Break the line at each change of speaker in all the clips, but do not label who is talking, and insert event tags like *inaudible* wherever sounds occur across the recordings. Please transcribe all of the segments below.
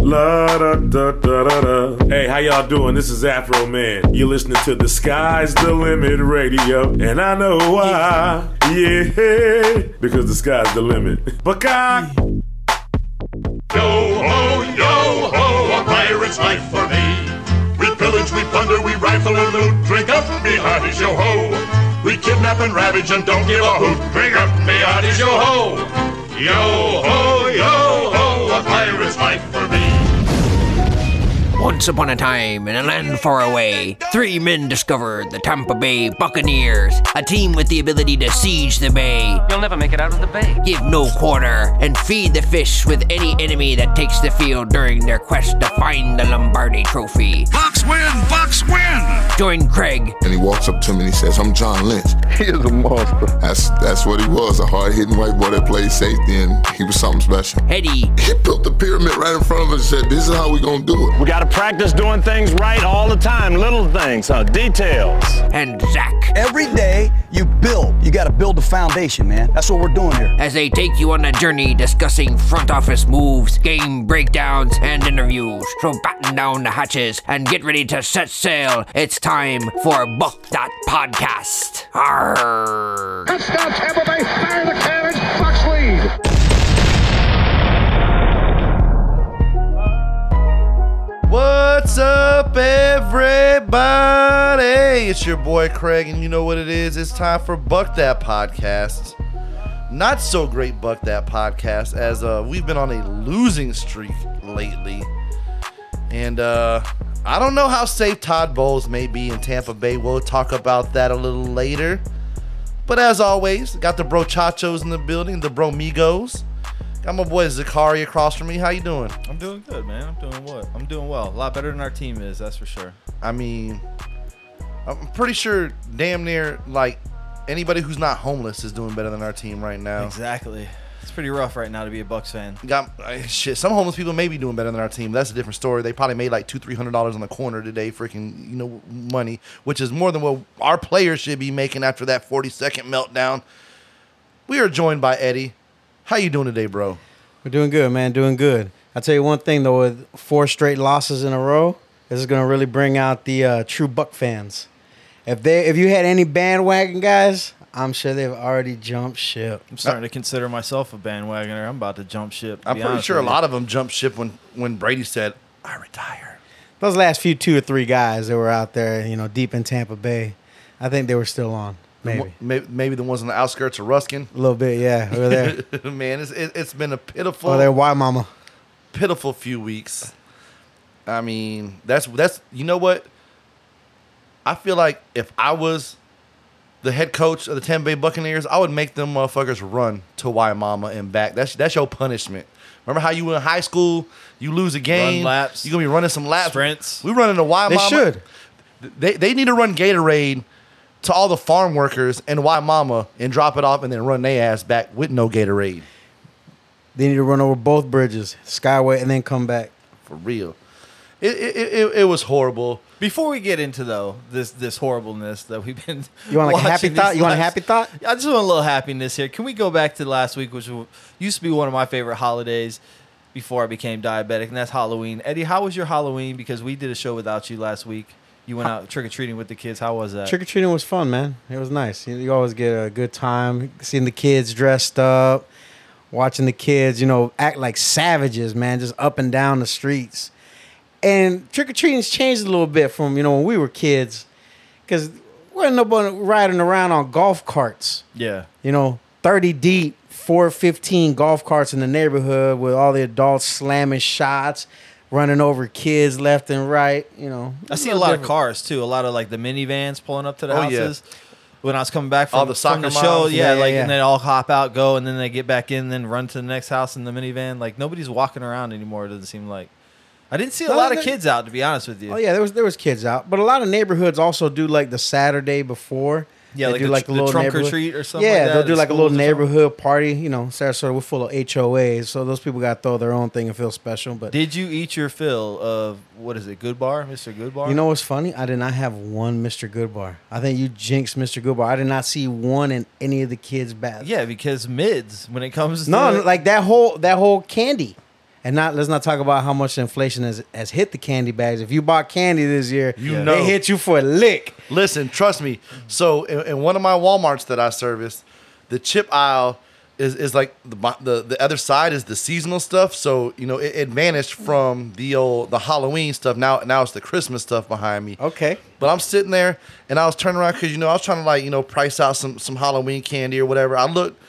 La da da da da da. Hey, how y'all doing? This is Afro Man. You're listening to the Sky's the Limit Radio, and I know why. Yeah, because the sky's the limit. Buckeye.
Yo ho, yo ho, a pirate's life for me. We pillage, we plunder, we rifle and loot. Drink up, me hearties, yo ho. We kidnap and ravage and don't give a hoot. Drink up, me hearties, yo ho. Yo ho, yo ho, a pirate's life for me.
Once upon a time, in a land far away, three men discovered the Tampa Bay Buccaneers, a team with the ability to siege the bay,
You'll never make it out of the bay.
give no quarter, and feed the fish with any enemy that takes the field during their quest to find the Lombardi Trophy.
Bucks win! Bucks win!
Join Craig,
and he walks up to me and he says, "I'm John Lynch."
He is a monster.
That's that's what he was, a hard-hitting white boy that played safety, and he was something special.
Eddie,
He built the pyramid right in front of us and said, "This is how we gonna do it."
We gotta practice doing things right all the time. Little things, huh? Details.
and Zach
Every day you build. You got to build the foundation, man. That's what we're doing here.
as they take you on a journey discussing front office moves, game breakdowns, and interviews. So batten down the hatches and get ready to set sail. It's time for Buck Dot Podcast. Arrgh.
Touchdown Tampa Bay! Fire the cannon! Bucks lead!
What's up, everybody? It's your boy Craig, and you know what it is. It's time for Buck That Podcast. Not so great Buck That Podcast, as uh, we've been on a losing streak lately. And uh, I don't know how safe Todd Bowles may be in Tampa Bay. We'll talk about that a little later. But as always, got the brochachos in the building, the bromigos. Got my boy Zakari across from me. How you doing?
I'm doing good, man. I'm doing what? I'm doing well. A lot better than our team is, that's for sure.
I mean, I'm pretty sure damn near like anybody who's not homeless is doing better than our team right now.
Exactly. It's pretty rough right now to be a Bucks fan.
Got eh, shit. Some homeless people may be doing better than our team. That's a different story. They probably made like two, three hundred dollars on the corner today, freaking you know money, which is more than what our players should be making after that forty second meltdown. We are joined by Eddie. How you doing today, bro?
We're doing good, man. Doing good. I tell you one thing though, with four straight losses in a row, this is gonna really bring out the uh, true Buck fans. If they, if you had any bandwagon guys, I'm sure they've already jumped ship.
I'm starting to consider myself a bandwagoner. I'm about to jump ship. to
I'm
be
pretty
honest
sure a
with you.
lot of them jumped ship when when Brady said, "I retire."
Those last few two or three guys that were out there, you know, deep in Tampa Bay, I think they were still on. Maybe
Maybe, maybe the ones on the outskirts of Ruskin.
a little bit, yeah. Over there,
*laughs*
Oh,
Man, it's, it, it's been a pitiful,
over there, why, mama?
pitiful few weeks. I mean, that's that's you know what? I feel like if I was the head coach of the Tampa Bay Buccaneers, I would make them motherfuckers run to Waimama and back. That's that's your punishment. Remember how you in high school, you lose a game,
laps.
you gonna be running some laps,
Sprints.
We running to Waimama.
They should.
They they need to run Gatorade to all the farm workers and Waimama and drop it off and then run their ass back with no Gatorade.
They need to run over both bridges, Skyway, and then come back.
for real. It it, it, it- it was horrible.
Before we get into though this this horribleness that we've been,
*laughs* You want, like, a happy
watching
thought?
these
You want a
last-
happy thought?
I just want a little happiness here. Can we go back to last week, which w- used to be one of my favorite holidays before I became diabetic, and that's Halloween. Eddie, how was your Halloween? Because we did a show without you last week. You went out trick or treating with the kids. How was that?
Trick or treating was fun, man. It was nice. You, you always get a good time seeing the kids dressed up, watching the kids, you know, act like savages, man, just up and down the streets. And trick or treating's changed a little bit from you know when we were kids, because we're nobody riding around on golf carts
yeah.
you know, 30 deep, 415 golf carts in the neighborhood with all the adults slamming shots, running over kids left and right, you know.
I see a lot of cars too. A lot of like the minivans pulling up to the
Oh, yeah.
houses. When I was coming back from,
All the
from
soccer
show,
moms.
yeah,
Yeah, yeah,
like
yeah.
and they all hop out, go, and then they get back in, then run to the next house in the minivan. Like nobody's walking around anymore. It doesn't seem like. I didn't see a
No,
lot of
they-
kids out, to be honest with you.
Oh yeah, there was there was kids out, but a lot of neighborhoods also do like the Saturday before.
Yeah,
They
like
do
the tr- the trunk or
neighborhood-
treat or something
Yeah,
like that
they'll do
at
like a
schools
little
or something?
neighborhood party. You know, Sarasota we're full of HOAs, so those people got to throw their own thing and feel special. But
Did you eat your fill of what is it? Good bar, Mister Good Bar.
you know what's funny? I did not have one Mr. Goodbar. I think you jinxed Mr. Goodbar. I did not see one in any of the kids' baths.
Yeah, because mids when it comes.
No,
to,
like that whole that whole candy.
And not let's not talk about how much inflation has, has hit the candy bags. If you bought candy this year,
You
they
know.
hit you for a lick.
Listen, trust me. So in, in one of my WalMarts that I service, the chip aisle is, is like the, bo- the the other side is the seasonal stuff. So you know it, it vanished from the old the Halloween stuff. Now now it's the Christmas stuff behind me.
Okay.
But I'm sitting there and I was turning around because you know I was trying to like you know price out some some Halloween candy or whatever. I looked,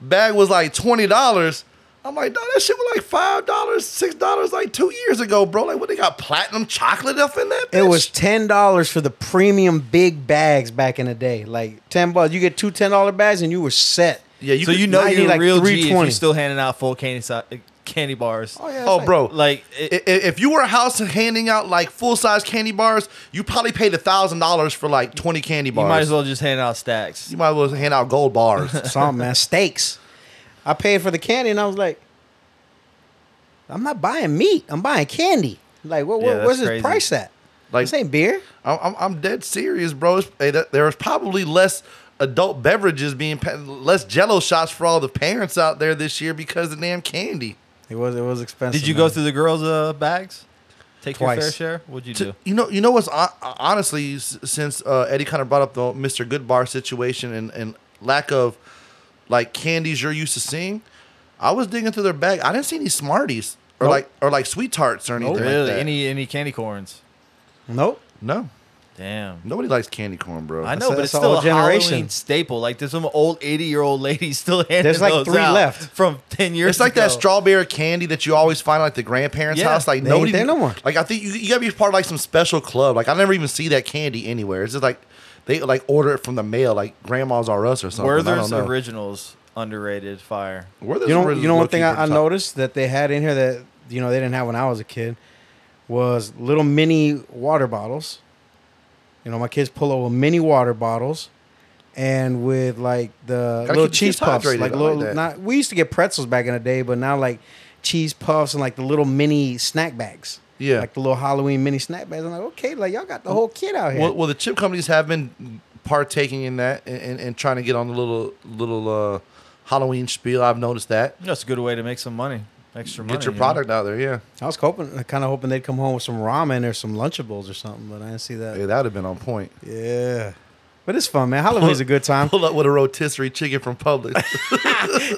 bag was like twenty dollars. I'm like, no, that shit was like five dollars, six dollars, like two years ago, bro. Like, what they got platinum chocolate up in that?
It
bitch?
was ten dollars for the premium big bags back in the day. Like ten bucks, you get two ten dollar bags and you were set.
Yeah,
so you know
Now
you're
need,
a
like,
real G if you're
320. *laughs*
still handing out full candy si- candy bars. Oh,
Oh, bro!
Like it,
I- i- if you were a house handing out like full size candy bars, you probably paid a thousand dollars for like twenty candy
you
bars.
might as well just hand out stacks.
You might as well hand out gold bars.
*laughs*
Something, man. Steaks. I paid for the candy and I was like, I'm not buying meat. I'm buying candy. Like, what,
Yeah,
what,
that's
what's this
crazy.
price at?
Like-
this ain't beer.
I'm, I'm, I'm dead serious, bro. It's- hey, that- There was probably less adult beverages being pa- less Jello shots for all the parents out there this year because of damn candy.
It was it was expensive.
Did you go
man.
through the girls' uh, bags? Take your fair
Twice.
share. What'd you
To-
do?
you know, you know what's hon- honestly s- since uh, Eddie kind of brought up the Mr. Goodbar situation and, and lack of like candies you're used to seeing. I was digging through their bag. I didn't see any Smarties or like or like sweet tarts or anything. like
really?
that.
any any candy corns?
Nope.
No,
Damn.
nobody likes candy corn, bro.
I
That's-
know, but it's
that's
still
all
a
generation.
Halloween staple. Like there's some old 80 year old lady still handing
There's like
those
three
out
left.
from 10 years.
It's like
ago.
that strawberry candy that you always find at, like the grandparents'
Yeah,
house. Like
they ain't
nobody
there no more.
Like I think you, you gotta be part of like some special club. Like I never even see that candy anywhere. It's just like they like order it from the mail, like grandma's R us or something.
Werther's
I don't know.
originals underrated fire.
Werther's
You know,
Originals
you know one
low-key
thing I, I
pretty top.
noticed that they had in here that you know they didn't have when I was a kid was little mini water bottles. You know, my kids pull over mini water bottles, and with like the little
Gotta keep the kids
cheese puffs,
hydrated.
like
I like
little.
that.
not we used to get pretzels back in the day, but now like cheese puffs and like the little mini snack bags.
Yeah.
like the little Halloween mini snack bags. I'm like, okay, like y'all got the whole kid out here.
Well, well, the chip companies have been partaking in that and, and, and trying to get on the little little uh, Halloween spiel. I've noticed that.
That's a good way to make some money, extra money.
Get your
you know?
product out there, yeah.
I was hoping, kind of hoping they'd come home with some ramen or some Lunchables or something, but I didn't see that.
Hey, that would have been on point.
Yeah. But it's fun, man. Halloween's a good time.
Pull up with a rotisserie chicken from
*laughs*
Publix.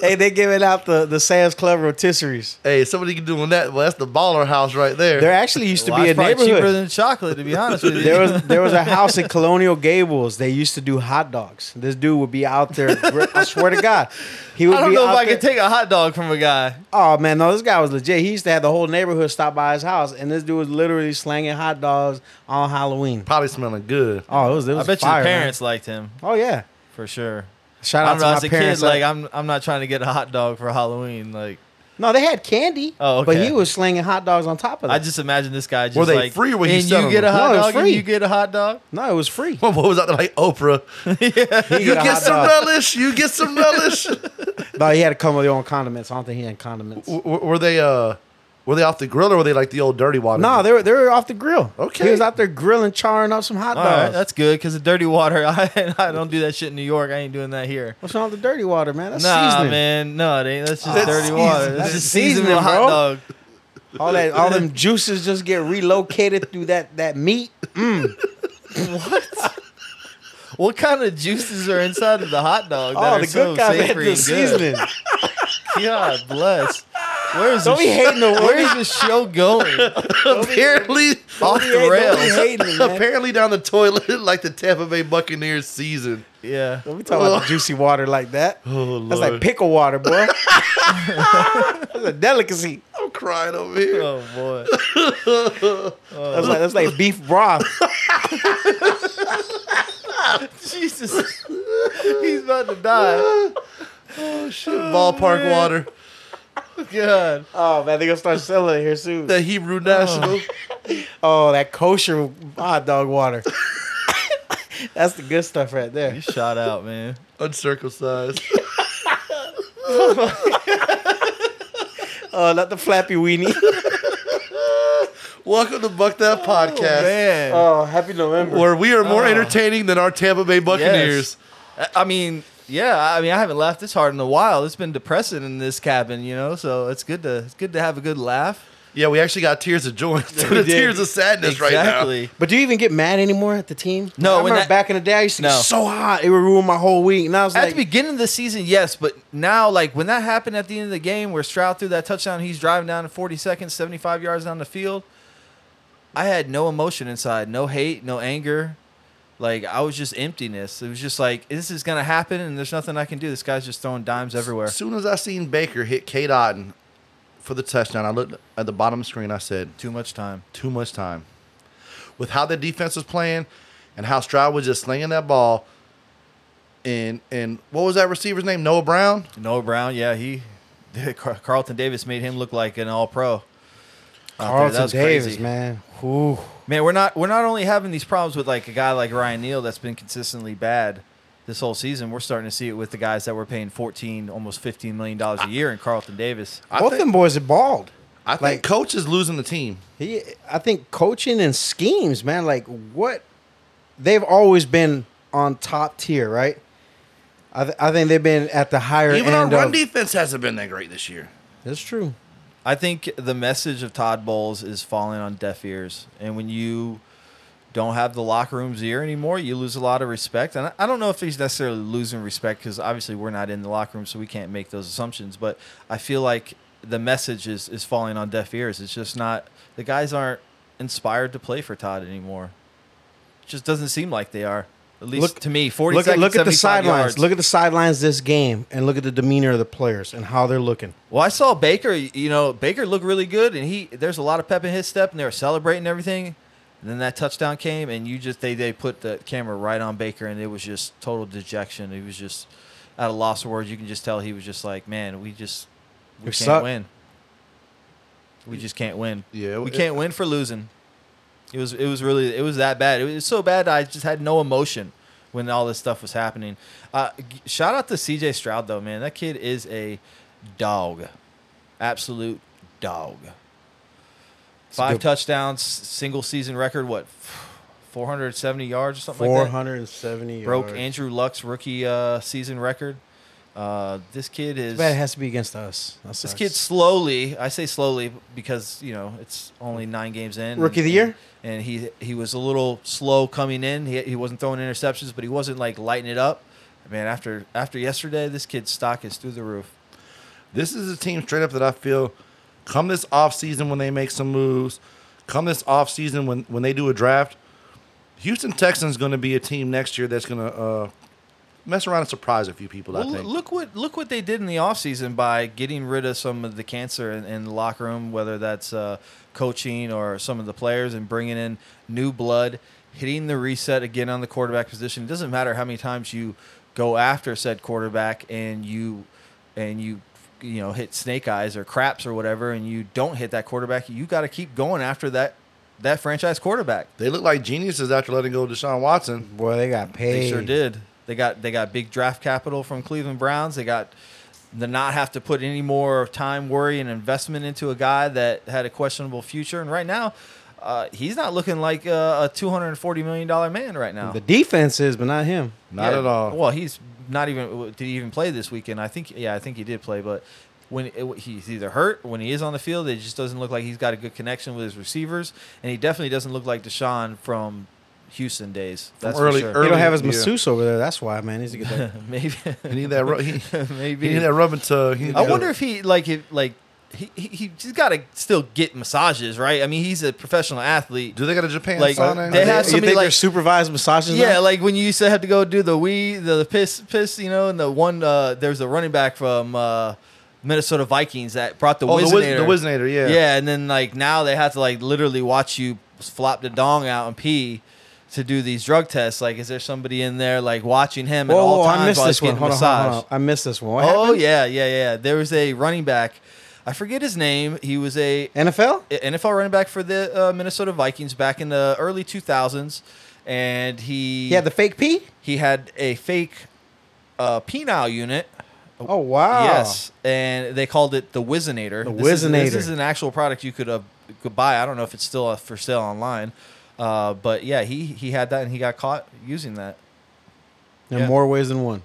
hey, they giving out the, the Sam's Club rotisseries.
hey, somebody can doing that. Well, that's the baller house right there.
There actually used to
Well,
be a
that's probably cheaper
neighborhood.
than chocolate, to be
*laughs*
honest with you.
There was there was a house in Colonial Gables. They used to do hot dogs. This dude would be out there. gri- I swear to God, he would
I don't
be
know if
out
I
there-
could take a hot dog from a guy.
Oh man, no, this guy was legit. He used to have the whole neighborhood stop by his house, and this dude was literally slanging hot dogs on Halloween.
probably smelling good.
Oh, it was. It was
I bet
fire,
your
man.
parents liked him
Oh yeah.
for sure.
Shout
I
out
don't know.
to
As
my
a
parents.
kid, like I'm, I'm not trying to get a hot dog for Halloween. Like
no, they had candy.
Oh,
but
okay.
he was slinging hot dogs on top of that.
I just imagine this guy just
Were they
like
free when you
and
sell
you get a
them?
hot
No, it was
dog and
free.
you get a hot dog.
no, it was free.
*laughs* What was out there like
*laughs*
Oprah?
He
You
a
get
hot
some
dog.
relish. You get some
*laughs*
relish. W-
No, he had to come with his own condiments. I don't think he had condiments.
w- were they uh, were they off the grill or were they like the old dirty water?
No, they were they were off the grill.
Okay.
he was out there grilling, charring up some hot
All
dogs.
right, that's good because the dirty water. *laughs* I, I don't do that shit in New York. I ain't doing that here.
What's wrong with the dirty water, man? That's
nah,
seasoning.
man, no, it ain't. That's just
That's
dirty water.
seasoning.
That's
That's
just seasoning with
seasoning,
hot
bro.
dog.
All that, all
*laughs*
them juices just get relocated through that that meat.
What kind of juices are inside of the hot dog? That
Oh,
are
the good
so
guys had
savory
the
and good?
seasoning.
God bless. Where's
Don't
the
be hating the
*laughs* where is this show going?
apparently
Don't
Off
be hating- don't
the
be
rails.
hating it, man.
apparently down the toilet *laughs* like the Tampa Bay Buccaneers season. Oh,
Yeah.
*laughs* Don't be talking about the juicy water like that. that's like
Lord.
pickle water,
*laughs*
boy. *laughs* that's a delicacy.
I'm crying over here.
Oh
*laughs*
boy.
That's like that's like beef broth.
Jesus. *laughs* He's about to die.
Oh,
Oh,
Ballpark water.
God.
Oh man, they gonna start selling it here soon.
The Hebrew National.
Oh, that kosher hot dog water. *laughs* that's the good stuff right there.
You shot out, man.
Uncircumcised. *laughs*
Oh, not the flappy weenie.
Welcome to Buck That Podcast,
Oh, Man.
*laughs* oh, happy November.
where we are more entertaining than our Tampa Bay Buccaneers.
I- I mean,
Yeah, I mean, I haven't laughed this hard in a while. It's been depressing in this cabin, you know. So it's good to it's good to have a good laugh.
Yeah, we actually got tears of joy, *laughs*
*laughs* We
the
did.
tears of sadness right
Exactly.
now.
But do you even get mad anymore at the team?
No,
I
when
remember
that-
back in the day, I used to
No.
get so hot. It would ruin my whole week. And I was
At
like,
the beginning of the season, yes, but now, like when that happened at the end of the game, where Stroud threw that touchdown, he's driving down in 40 seconds, 75 yards down the field. I had no emotion inside, no hate, no anger. Like I was just emptiness. It was just like this is gonna happen, and there's nothing I can do. This guy's just throwing dimes everywhere.
As soon as I seen Baker hit Kate Otten for the touchdown, I looked at the bottom of the screen. I said,
Too much time.
too much time. With how the defense was playing and how Stroud was just slinging that ball. And and what was that receiver's name? Noah Brown?
Noah Brown, yeah, he *laughs* Car- Carlton Davis made him look like an All Pro.
Carlton Davis, man. Ooh.
Man, we're not we're not only having these problems with like a guy like Ryan Neal that's been consistently bad this whole season. We're starting to see it with the guys that we're paying fourteen, almost fifteen million dollars a year in Carlton Davis.
I
Both
think,
them boys are bald.
I think
like-
coach is losing the team.
He, I think coaching and schemes, man. Like what they've always been on top tier, right? I, th- I think they've been at the higher
Even our
end.
run
um,
of,
defense hasn't been that great this year.
That's true.
I think the message of Todd Bowles is falling on deaf ears, and when you don't have the locker room's ear anymore, you lose a lot of respect. And I- I don't know if he's necessarily losing respect because obviously we're not in the locker room, so we can't make those assumptions. But I feel like the message is is falling on deaf ears. It's just not the guys aren't inspired to play for Todd anymore. It just doesn't seem like they are. At least
Look-
to me, forty
Look at
seconds,
look at the
75
sidelines.
yards.
Look at the sidelines this game, and look at the demeanor of the players and how they're looking.
Well, I saw Baker. You know, Baker looked really good, and he there's a lot of pep in his step, and they were celebrating everything. And then that touchdown came, and you just they they put the camera right on Baker, and it was just total dejection. He was just at a loss of words. You can just tell he was just like, man, we just we,
We
can't
suck."
win. We just can't win.
Yeah,
we
it-
can't win for losing. It was it was really it was that bad. It was so bad. I just had no emotion when all this stuff was happening. Uh, g- shout out to C.J. Stroud though, man. That kid is a dog, absolute dog. Five
good-
touchdowns, single season record. What, *sighs* four hundred seventy yards or something?
Four
like that?
hundred and seventy
broke Andrew Luck's rookie uh, season record. Uh, this kid is
But it has to be against us. That
this
sucks.
kid slowly, I say slowly because you know it's only nine games in.
Rookie of the year?
and he he was a little slow coming in. He, he wasn't throwing interceptions, but he wasn't like lighting it up. Man, after after yesterday, this kid's stock is through the roof.
This is a team straight up that I feel come this offseason when they make some moves, come this offseason when, when they do a draft, Houston Texans going to be a team next year that's going to uh, mess around and surprise a few people, I
Well,
think.
look what look what they did in the offseason by getting rid of some of the cancer in, in the locker room, whether that's uh, coaching or some of the players, and bringing in new blood, hitting the reset again on the quarterback position. It doesn't matter how many times you go after said quarterback and you and you you know hit snake eyes or craps or whatever, and you don't hit that quarterback. You got to keep going after that that franchise quarterback.
They look like geniuses after letting go of Deshaun Watson.
boy, they got paid.
They sure did. They got they got big draft capital from Cleveland Browns. They got the not have to put any more time, worry, and investment into a guy that had a questionable future. And right now, uh, he's not looking like a, a two hundred and forty million dollar man right now.
The defense is, but not him.
Not
Yeah,
at all.
Well, he's not even. Did he even play this weekend? I think. Yeah, I think he did play, but. When it, he's either hurt, when he is on the field, it just doesn't look like he's got a good connection with his receivers, and he definitely doesn't look like Deshaun from Houston days. That's for
early-
sure.
He
early-
don't have his
yeah.
masseuse over there. That's why, man. He's a good.
Maybe.
He need that. Ru- he,
*laughs* Maybe.
he need that rub and tug. He need
I
to-
wonder if he like if like he he he- he's got to still get massages, right? I mean, he's a professional athlete.
do they got a Japan
Like,
sauna?
*laughs* they
Are
have
you
somebody
think
like-
they're supervised massages?
yeah,
now?
like when you used to have to go do the wee, the, piss, piss, you know, and the one, uh, there's a running back from uh, Minnesota Vikings that brought the
Oh, the Wiz-
Wizinator.
the Wizinator, yeah.
Yeah, and then like now they have to like literally watch you flop the dong out and pee to do these drug tests. Like, is there somebody in there like watching him at
Whoa,
all
whoa,
times
I missed
while
this
he's
one.
getting
Hold on, hold on,
massaged?
hold on. I missed this one. What
oh
happened?
yeah, yeah, yeah. There was a running back. I forget his name. He was a
NFL?
a- NFL running back for the uh, Minnesota Vikings back in the early 2000s, and he
Yeah, the fake pee.
he had a fake uh, penile unit.
Oh wow.
Yes, and they called it the Wizinator.
The
This is- This is,
Wizinator.
an actual product you could uh, could buy. I don't know if it's still uh, for sale online, uh, but yeah, he he had that and he got caught using that.
In
Yeah.
more ways than one.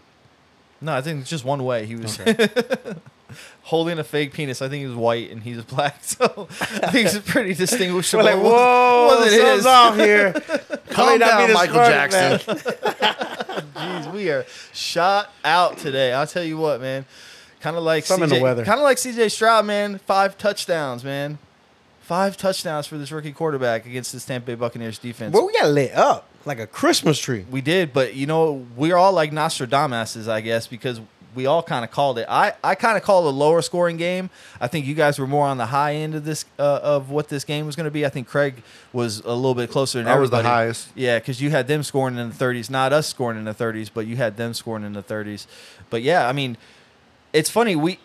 No, I think it's just one way. He was *laughs* holding a fake penis. I think he was white and he's black, *laughs* so I think it's
*laughs*
pretty distinguishable.
We're like,
It wasn't-
whoa,
wasn't
something's
his."
off
*laughs*
here.
Calm
Might not be
down,
the
Michael
smartest
Jackson.
*laughs* man.
Jeez, we are shot out today. I'll tell you what, man. Kind of like
Some
CJ,
in the weather.
Kind of like CJ Stroud, man. Five touchdowns, man. Five touchdowns for this rookie quarterback against this Tampa Bay Buccaneers defense.
Well, we got lit up like a Christmas tree.
We did, but you know, we're all like Nostradamuses, I guess, because we all kind of called it. I, I kind of called a lower scoring game. I think you guys were more on the high end of this uh, of what this game was going to be. I think Craig was a little bit closer than
I was the
everybody.
highest.
Yeah, because you had them scoring in the 30s, not us scoring in the 30s, but you had them scoring in the 30s. But yeah, I mean, it's funny we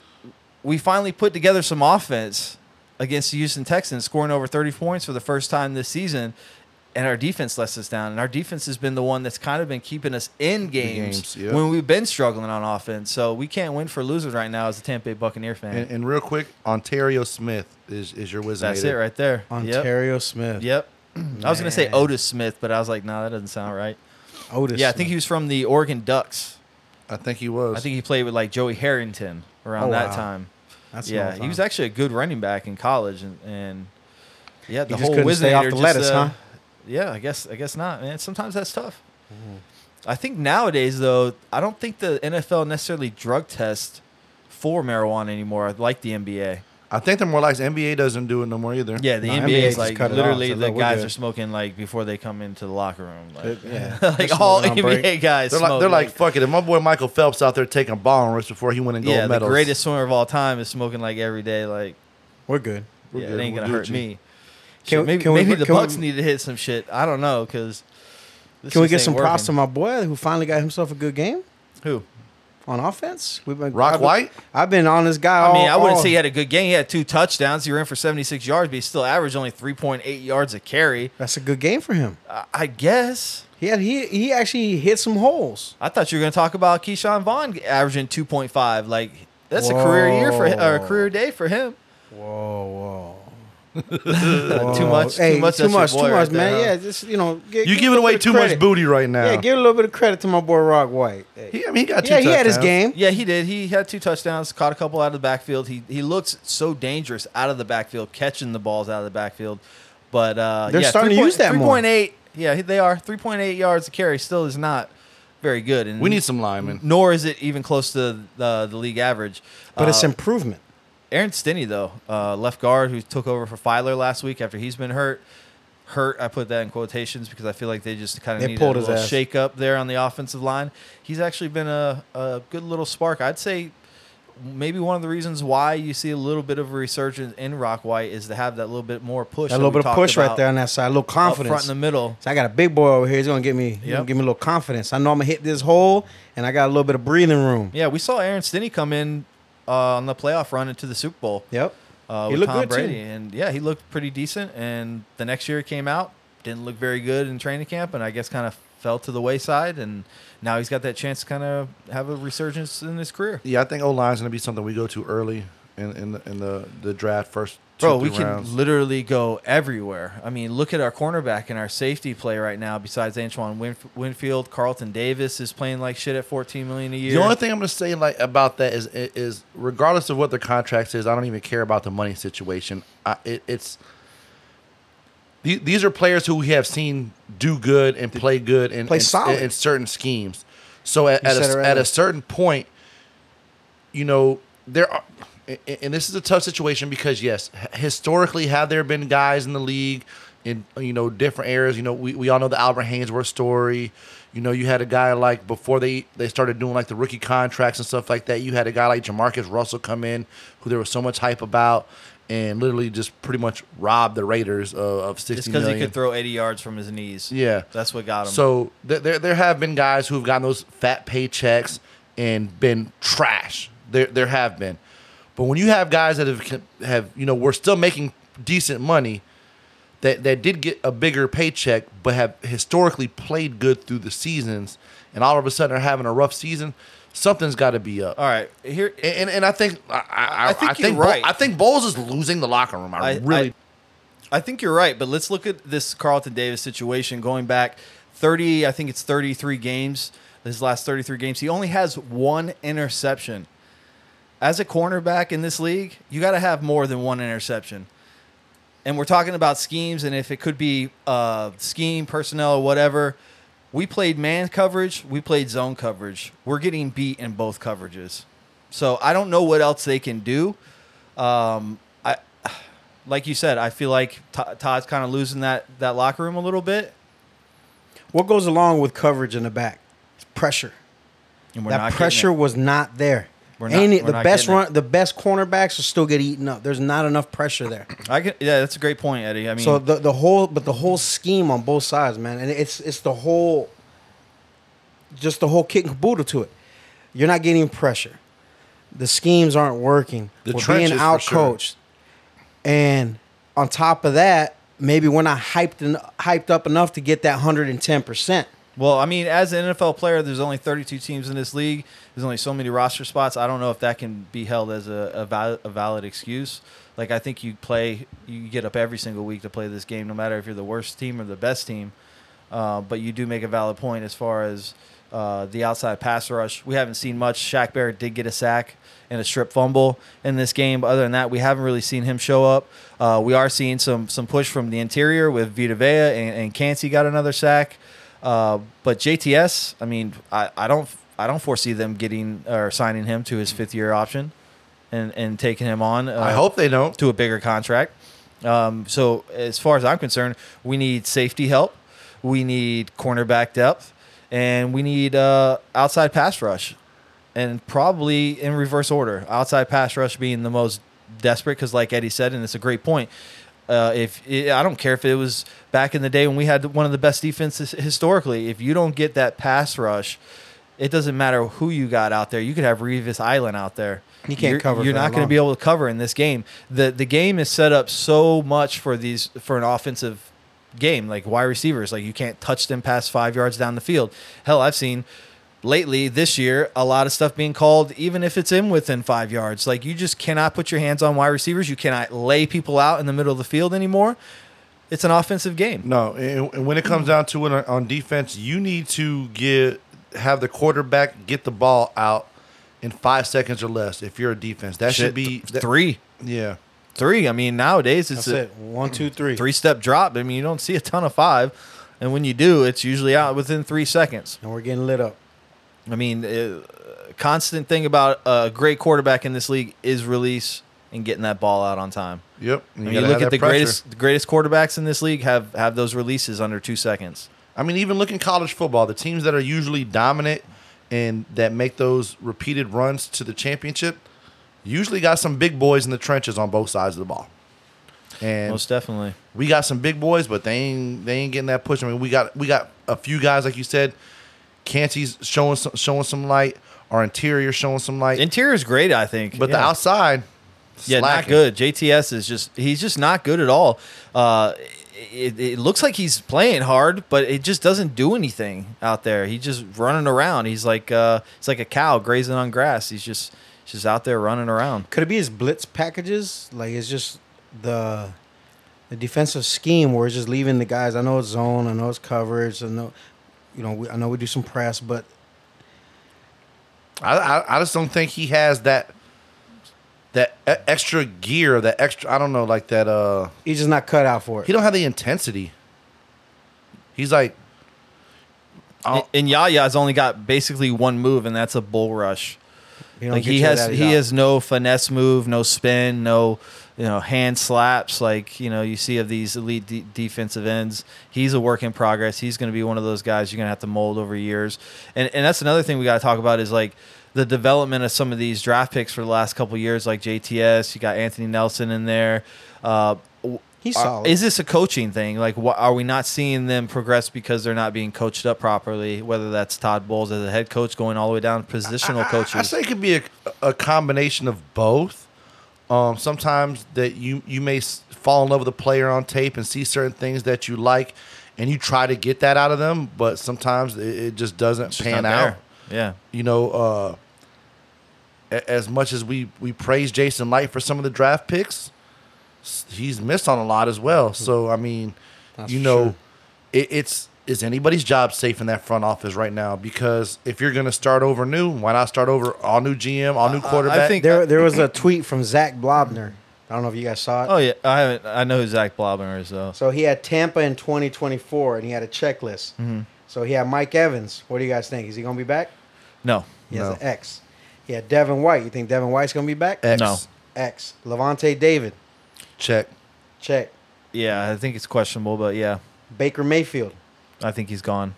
we finally put together some offense against the Houston Texans, scoring over 30 points for the first time this season, and our defense lets us down. And our defense has been the one that's kind of been keeping us in games,
games, yeah.
when we've been struggling on offense. So we can't win for losers right now as a Tampa Bay Buccaneer fan.
And, and real quick, Ontario Smith is, is your wisdom.
that's it
native.
right there. Yep.
Ontario Smith.
yep. I was gonna say Otis Smith, but I was like, no, that doesn't sound right.
Otis.
Yeah, I think he was from the Oregon Ducks.
I think he was.
I think he played with like Joey Harrington around
Oh,
that
wow.
time.
That's an
yeah,
old
he was
time.
actually a good running back in college, and, and yeah, the
just
whole
couldn't
Wizard uh,
stay off the lettuce, huh?
Yeah, I guess I guess not, man. Sometimes that's tough.
Mm-hmm.
I think nowadays though, I don't think the NFL necessarily drug test for marijuana anymore, like the NBA.
I think they're more like NBA doesn't do it no more either.
Yeah, the
No,
NBA,
NBA
is
just
like
cut it off,
literally
says,
the
"Look, we're
guys
good."
are smoking like before they come into the locker room. Like,
Yeah.
*laughs* like all NBA guys,
They're like,
smoke,
they're like, fuck it. If my boy Michael Phelps out there taking ball rips before he went and gold
yeah, the
medals.
greatest swimmer of all time is smoking like every day. Like
We're good.
We're
yeah,
good.
it ain't
We're
gonna
good,
hurt
G.
me.
Can
Shit,
we-
maybe
can we-
maybe the
can we-
Bucks need to hit some shit. I don't know because
Can we get some props to my boy who finally got himself a good game
who?
on offense? We've been
Rock
I've been-
White?
I've been on this guy.
I mean,
all-
I
Oh.
wouldn't
all-
say he had a good game. He had two touchdowns. He ran for seventy six yards, but he still averaged only three point eight yards a carry.
that's a good game for him.
I, I guess.
He had he he actually hit some holes.
I thought you were gonna talk about Keyshawn Vaughn averaging two point five. Like that's a career year for or a
Whoa.
career day for him.
Whoa,
Uh, *laughs* Too much,
Hey,
too much,
too
that's your
much,
boy
too
right
much, man.
there, huh?
Yeah, just you know, get,
You
give
giving
a
away
bit of
too
credit.
much booty right now.
Yeah, give a little bit of credit to my boy Rock White. Hey.
He, I mean, he got two
yeah, he had his
touchdowns.
game.
Yeah, he did. He had two touchdowns, caught a couple out of the backfield. He he looks so dangerous out of the backfield, catching the balls out of the backfield. But uh,
They're
yeah,
starting to
3
use that
Three
more.
point eight. Yeah, he- they are three point eight yards a carry. Still is not very good. And
We need some linemen.
Nor is it even close to the, the league average.
But it's
Uh,
improvement.
Aaron Stinney, though, uh, left guard who took over for Filer last week after he's been hurt. Hurt, I put that in quotations because I feel like they just kind
They
of need a
pulled his
little
ass.
shake up there on the offensive line. He's actually been a, a good little spark. I'd say maybe one of the reasons why you see a little bit of a resurgence in Rock White is to have that little bit more push.
A little bit
we
of
talked
push right
about
there on that side, a little
up
confidence.
front in the middle.
So I got a big boy over here. He's gonna give me, he's gonna
Yep.
give me a little confidence. I know I'm gonna hit this hole, and I got a little bit of breathing room.
Yeah, we saw Aaron Stinney come in uh, on the playoff run into the Super Bowl.
Yep.
uh,
He
with
looked
Tom
good, too.
Brady, and yeah, he looked pretty decent. And the next year he came out, didn't look very good in training camp, and I guess kind of fell to the wayside. And now he's got that chance to kind of have a resurgence in his career.
Yeah, I think O line's gonna be something we go to early in in the, in the, the draft first. Two,
Bro, we
three
can
rounds.
literally go everywhere. I mean, look at our cornerback and our safety play right now. Besides Antoine Winf- Winfield, Carlton Davis is playing like shit at fourteen million a year.
The only thing I'm gonna say like about that is is regardless of what their contract says, I don't even care about the money situation. I, it, it's the- these are players who we have seen do good and play good and
Play
and-
solid.
in certain schemes. So at,
You
at,
said it
a,
right
at a
there.
certain point, you know there are. and- And this is a tough situation because yes, h- historically, have there been guys in the league in you know different eras? You know, we, we all know the Albert Hainsworth story. You know, you had a guy like before they they started doing like the rookie contracts and stuff like that. You had a guy like Jamarcus Russell come in, who there was so much hype about, and literally just pretty much robbed the Raiders of, of
it's
sixty
because
million.
he could throw eighty yards from his knees.
Yeah.
that's what got him.
So th- there there have been guys who've gotten those fat paychecks and been trash. There there have been, but when you have guys that have have you know we're still making decent money, that that did get a bigger paycheck, but have historically played good through the seasons, and all of a sudden are having a rough season. Something's got to be up. Uh,
all right, here
And, and and I think I I,
I
I
think
think,
you're
Bo-
right.
I think Bowles is losing the locker room. I,
I-
really
I think you're right, but let's look at this Carlton Davis situation going back 30, I think it's 33 games. his last 33 games. He only has one interception. As a cornerback in this league, you got to have more than one interception. And we're talking about schemes, and if it could be uh, scheme, personnel, or whatever. We played man coverage, we played zone coverage. We're getting beat in both coverages. So I don't know what else they can do. Um, I, like you said, I feel like To- Todd's kind of losing that that locker room a little bit,
What goes along with coverage in the back? It's pressure.
and we're not
that
getting
pressure
it.
was not there.
We're
We're
not- we're
the
not
best
getting it.
run, the best cornerbacks will still get eaten up. There's not enough pressure there.
I can, yeah, that's a great point, Eddie. I mean,
so the the whole, but the whole scheme on both sides, man, and it's it's the whole, just the whole kick and caboodle to it. You're not getting pressure. The schemes aren't working.
The
We're
trenches
being
for
out
sure.
coached, and on top of that, maybe we're not hyped en- hyped up enough to get that hundred and ten percent.
Well, I mean, as an NFL player, there's only 32 teams in this league. There's only so many roster spots. I don't know if that can be held as a, a, val- a valid excuse. Like, I think you play, you get up every single week to play this game, no matter if you're the worst team or the best team. Uh, but you do make a valid point as far as uh, the outside pass rush. We haven't seen much. Shaq Barrett did get a sack and a strip fumble in this game. But other than that, we haven't really seen him show up. Uh, we are seeing some some push from the interior with Vita Vea and, and Cansey got another sack. Uh, but JTS, I mean, I, I don't I don't foresee them getting or signing him to his fifth year option and and taking him on. Uh,
I hope they don't.
to a bigger contract. Um, so as far as I'm concerned, we need safety help, we need cornerback depth, and we need uh, outside pass rush, and probably in reverse order. Outside pass rush being the most desperate because, like Eddie said, and it's a great point. Uh, if I don't care if it was back in the day when we had one of the best defenses historically, if you don't get that pass rush, it doesn't matter who you got out there. You could have Revis Island out there.
You can't
You're-
cover
You're
for that
not going to be
long.
able to cover in this game. the The game is set up so much for these for an offensive game, like wide receivers. Like you can't touch them past five yards down the field. Hell, I've seen lately this year a lot of stuff being called, even if it's in within five yards. Like you just cannot put your hands on wide receivers. You cannot lay people out in the middle of the field anymore. It's an offensive game.
No, and, and when it comes down to it on, on defense, you need to get have the quarterback get the ball out in five seconds or less. If you're a defense, that should
Shit,
be
th-
that-
three,
Yeah,
three. I mean, nowadays it's
That's
a,
it. One, two, three.
three step drop. I mean, you don't see a ton of five. And when you do, it's usually out within three seconds.
and we're getting lit up.
I mean, uh, constant thing about a great quarterback in this league is release and getting that ball out on time.
yep.
I mean,
gotta
you
have
look at
that
the
pressure.
greatest the greatest quarterbacks in this league have have those releases under two seconds.
I mean, even look in college football, the teams that are usually dominant and that make those repeated runs to the championship usually got some big boys in the trenches on both sides of the ball. And
Most definitely.
we got some big boys, but they ain't they ain't getting that push. I mean, we got we got a few guys like you said. Canty's showing some, showing some light. Our interior showing some light,
Interior's great, I think.
but the
Yeah.
outside,
Yeah, not
slacking.
good. JTS is just he's just not good at all. Uh, it, it looks like he's playing hard, but it just doesn't do anything out there. He's just running around. He's like uh, he's like a cow grazing on grass. He's just he's just out there running around.
Could it be his blitz packages? Like it's just the the defensive scheme where it's just leaving the guys. I know it's zone. I know it's coverage. I know, you know, we, I know we do some press, but
I, I I just don't think he has that that e- extra gear, that extra I don't know, like that. Uh,
he's just not cut out for it.
he don't have the intensity. He's like,
And, and Yaya's only got basically one move, and that's a bull rush.
He don't
like
get
he
you
has
without a
he
doubt.
has no finesse move, no spin, no you know hand slaps like you know you see of these elite de- defensive ends. He's a work in progress. He's going to be one of those guys you're going to have to mold over years. And and that's another thing we got to talk about is like the development of some of these draft picks for the last couple of years, like JTS. You got Anthony Nelson in there. Uh, w-
He's
are-
solid.
Is this a coaching thing? Like, wh- are we not seeing them progress because they're not being coached up properly? Whether that's Todd Bowles as a head coach going all the way down to positional coaches.
I, I say it could be a, a combination of both. Um, sometimes that you you may s- fall in love with a player on tape and see certain things that you like, and you try to get that out of them, but sometimes it, it just doesn't pan
not
out.
there. Yeah.
you know, uh, a- as much as we we praise Jason Light for some of the draft picks,
Hmm.
s- he's missed on a lot as well. So I mean, you know, it, it's is anybody's job safe in that front office right now? Because if you're going to start over new, why not start over all new GM, all new quarterback?
there, there was a tweet from Zach Blobner. I don't know if you guys saw it.
Oh yeah, I haven't. I know who Zach Blobner is though.
So he had Tampa in 2024, and he had a checklist.
Mhm.
So he had Mike Evans. What do you guys think? Is he going to be back?
No,
He has an X. He had Devin White. You think Devin White's going to be back?
X. No.
X. Levante David.
Check.
Check.
Yeah, I think it's questionable, but yeah,
Baker Mayfield.
I think he's gone.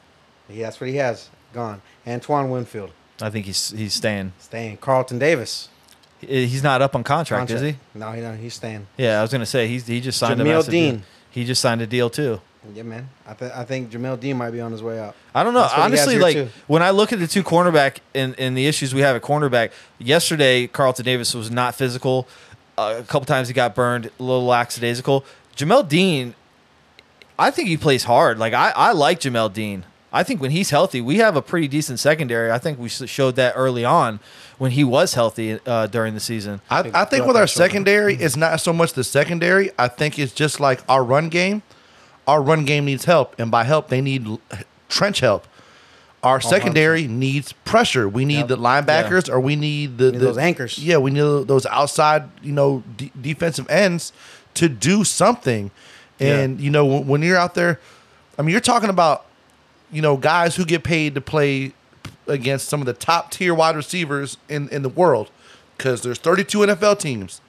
Yeah, that's what he has. Gone. Antoine Winfield.
I think he's he's staying.
Staying. Carlton Davis.
He- Eh, He's not up on contract, is
he? No, he, no, he's staying.
he? Yeah, I was gonna say he's he just signed a
Jameel
massive deal.
Dean.
He just signed a deal too.
Yeah, man. I, th- I think Jamel Dean might be on his way out.
I don't know.
That's what he has
Honestly,
here,
like
too.
when I look at the two cornerback and, and the issues we have at cornerback, yesterday Carlton Davis was not physical. Uh, a couple times he got burned, a little lackadaisical. Jamel Dean, I think he plays hard. Like I, I like Jamel Dean. I think when he's healthy, we have a pretty decent secondary. I think we s- showed that early on when he was healthy uh, during the season.
I, I think with our secondary, it's not so much the secondary. I think it's just like our run game. Our run game needs help, and by help, they need l- trench help.
Oh,
Our secondary needs pressure. We need the linebackers, or we need the,
Need
the-
those anchors.
Yeah, we need those outside, you know, de- defensive ends to do something. And you know, when, when you're out there, I mean, you're talking about you know, guys who get paid to play against some of the top tier wide receivers in, in the world because there's 32 NFL teams.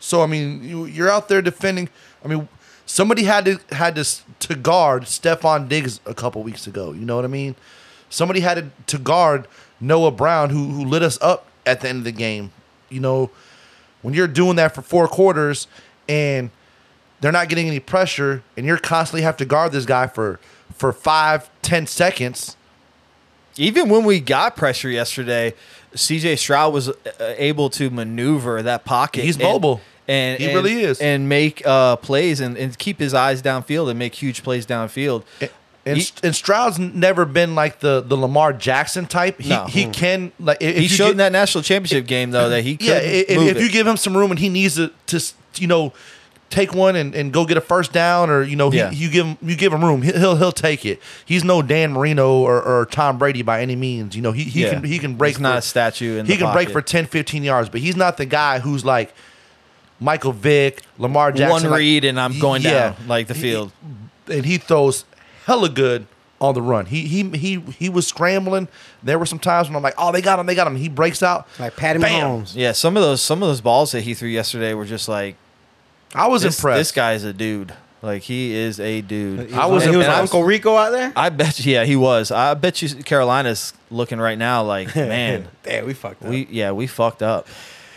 So I mean, you, you're out there defending. I mean, somebody had to had to s- to guard Stephon Diggs a couple weeks ago. You know what I mean? Somebody had to, to guard Noah Brown, who who lit us up at the end of the game. You know, when you're doing that for four quarters and they're not getting any pressure and you're constantly have to guard this guy for for five ten seconds
even when we got pressure yesterday, CJ Stroud was uh, able to maneuver that pocket.
He's
and-
mobile.
And,
He
and-
really is.
And make uh, plays and, and keep his eyes downfield and make huge plays downfield.
and,
He-
and Stroud's never been like the the Lamar Jackson type. He
No. Hmm.
he can like if
he
you
showed
get-
in that national championship game though that he could
yeah. If,
move
if
it.
you give him some room and he needs to to s- you know take one and, and go get a first down or you know he,
Yeah.
you give him you give him room he- he'll he'll take it. He's no Dan Marino or, or Tom Brady by any means. You know he, he
Yeah.
can he can break
He's not
for-
a statue in
he
the
can break
pocket.
for 10, 15 yards, but he's not the guy who's like Michael Vick, Lamar Jackson.
one
like-
read and I'm going
Yeah.
down like the field.
and he throws hella good on the run. He he he he was scrambling. There were some times when I'm like, oh, they got him, they got him. He breaks out.
Like Patty
Bam.
Mahomes.
Yeah, some of those some of those balls that he threw yesterday were just like
I was
this,
impressed.
This guy's a dude. Like he is a dude.
I was
he was
impressed.
like Uncle Rico out there?
I bet you, yeah, he was. I bet you Carolina's looking right
*laughs*
now like, man,
Damn, we fucked up.
we yeah, we fucked up.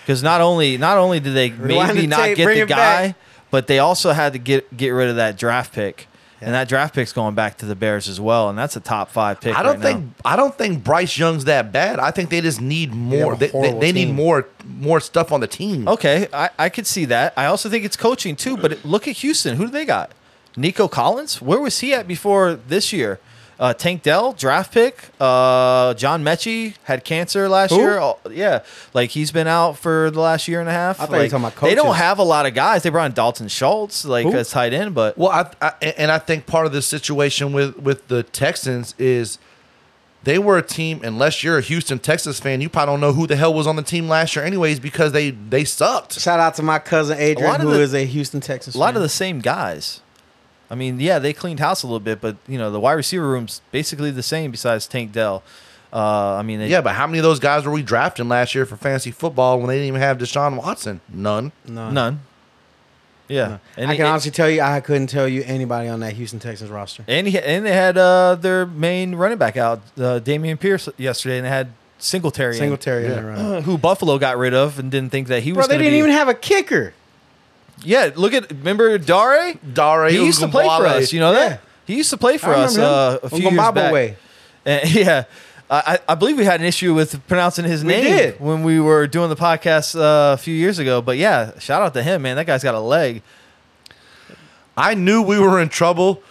Because not only not only did they
Rewind
maybe
the
not
tape,
get
bring
the
it back.
guy, but they also had to get get rid of that draft pick. And that draft pick's going back to the Bears as well, and that's a top five pick.
I don't
right
think
now.
I don't think Bryce Young's that bad. I think they just need more.
a
They, they,
horrible
they need
team.
more more stuff on the team.
Okay, I, I could see that. I also think it's coaching too. But it- look at Houston. Who do they got? Nico Collins. Where was he at before this year? Uh, Tank Dell, draft pick. Uh, John Mechie had cancer last year. Oh, yeah, like he's been out for the last year and a half.
I thought you were
Like,
talking about
They don't
coaches.
have a lot of guys. They brought in Dalton Schultz, like
Who?
as tight end, but
Well, I, I and I think part of the situation with with the Texans is they were a team. Unless you're a Houston Texas fan, you probably don't know who the hell was on the team last year, anyways, because they they sucked.
Shout out to my cousin Adrian,
lot of
who is
the-
a Houston, Texas.
a lot of the same guys. I mean, yeah, they cleaned house a little bit, but you know the wide receiver room's basically the same besides Tank Dell. Uh, I mean, they,
Yeah, but how many of those guys were we drafting last year for fantasy football when they didn't even have Deshaun Watson? None.
no,
None. Yeah, and
I
it-
can honestly tell you, I couldn't tell you anybody on that Houston, Texas roster.
and he, and they had uh, their main running back out, uh, Damian Pierce, yesterday, and they had Singletary, in,
Singletary in the run.
who Buffalo got rid of and didn't think that he
Bro,
was.
they
gonna
didn't
be-
even have a kicker.
Yeah, look at remember Dare?
Dare
he used to play for
Ugbomale.
us. You know that
Yeah.
he used to play for
I
us
remember
uh,
him.
a few years
Ugbomale
back.
way.
And- *laughs* yeah. I, I I believe we had an issue with pronouncing his name
did.
when we were doing the podcast uh, a few years ago. But yeah, shout out to him, man. That guy's got a leg.
I knew we were in trouble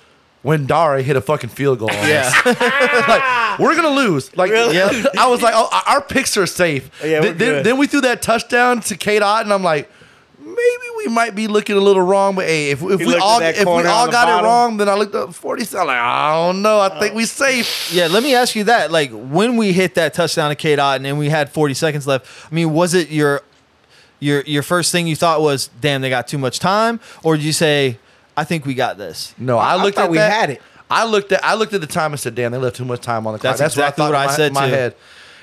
when Dare hit a fucking field goal. on us.
Yeah. *laughs*
like we're gonna lose. Like
Yeah.
I was like, oh, our picks are safe.
Yeah, we're
then, then,
good.
then we threw that touchdown to Kate Ott, and I'm like, man,
maybe we might be looking a little wrong, but hey, if, if
He
we
looked at
all
that
if we
corner on
all
the
got it
bottom.
wrong, then I looked up forty. I'm like, I don't know. I think we safe.
Yeah, let me ask you that. Like when we hit that touchdown to K Dot and then we had 40 seconds left, I mean, was it your your your first thing you thought was, damn, they got too much time? Or did you say, I think we got this?
No, I, looked
thought
at
we
that.
had it.
I looked at I looked at the time and said, "Damn, they left too much time on the clock."
That's exactly what
in
I
my-
said
in my
too.
head.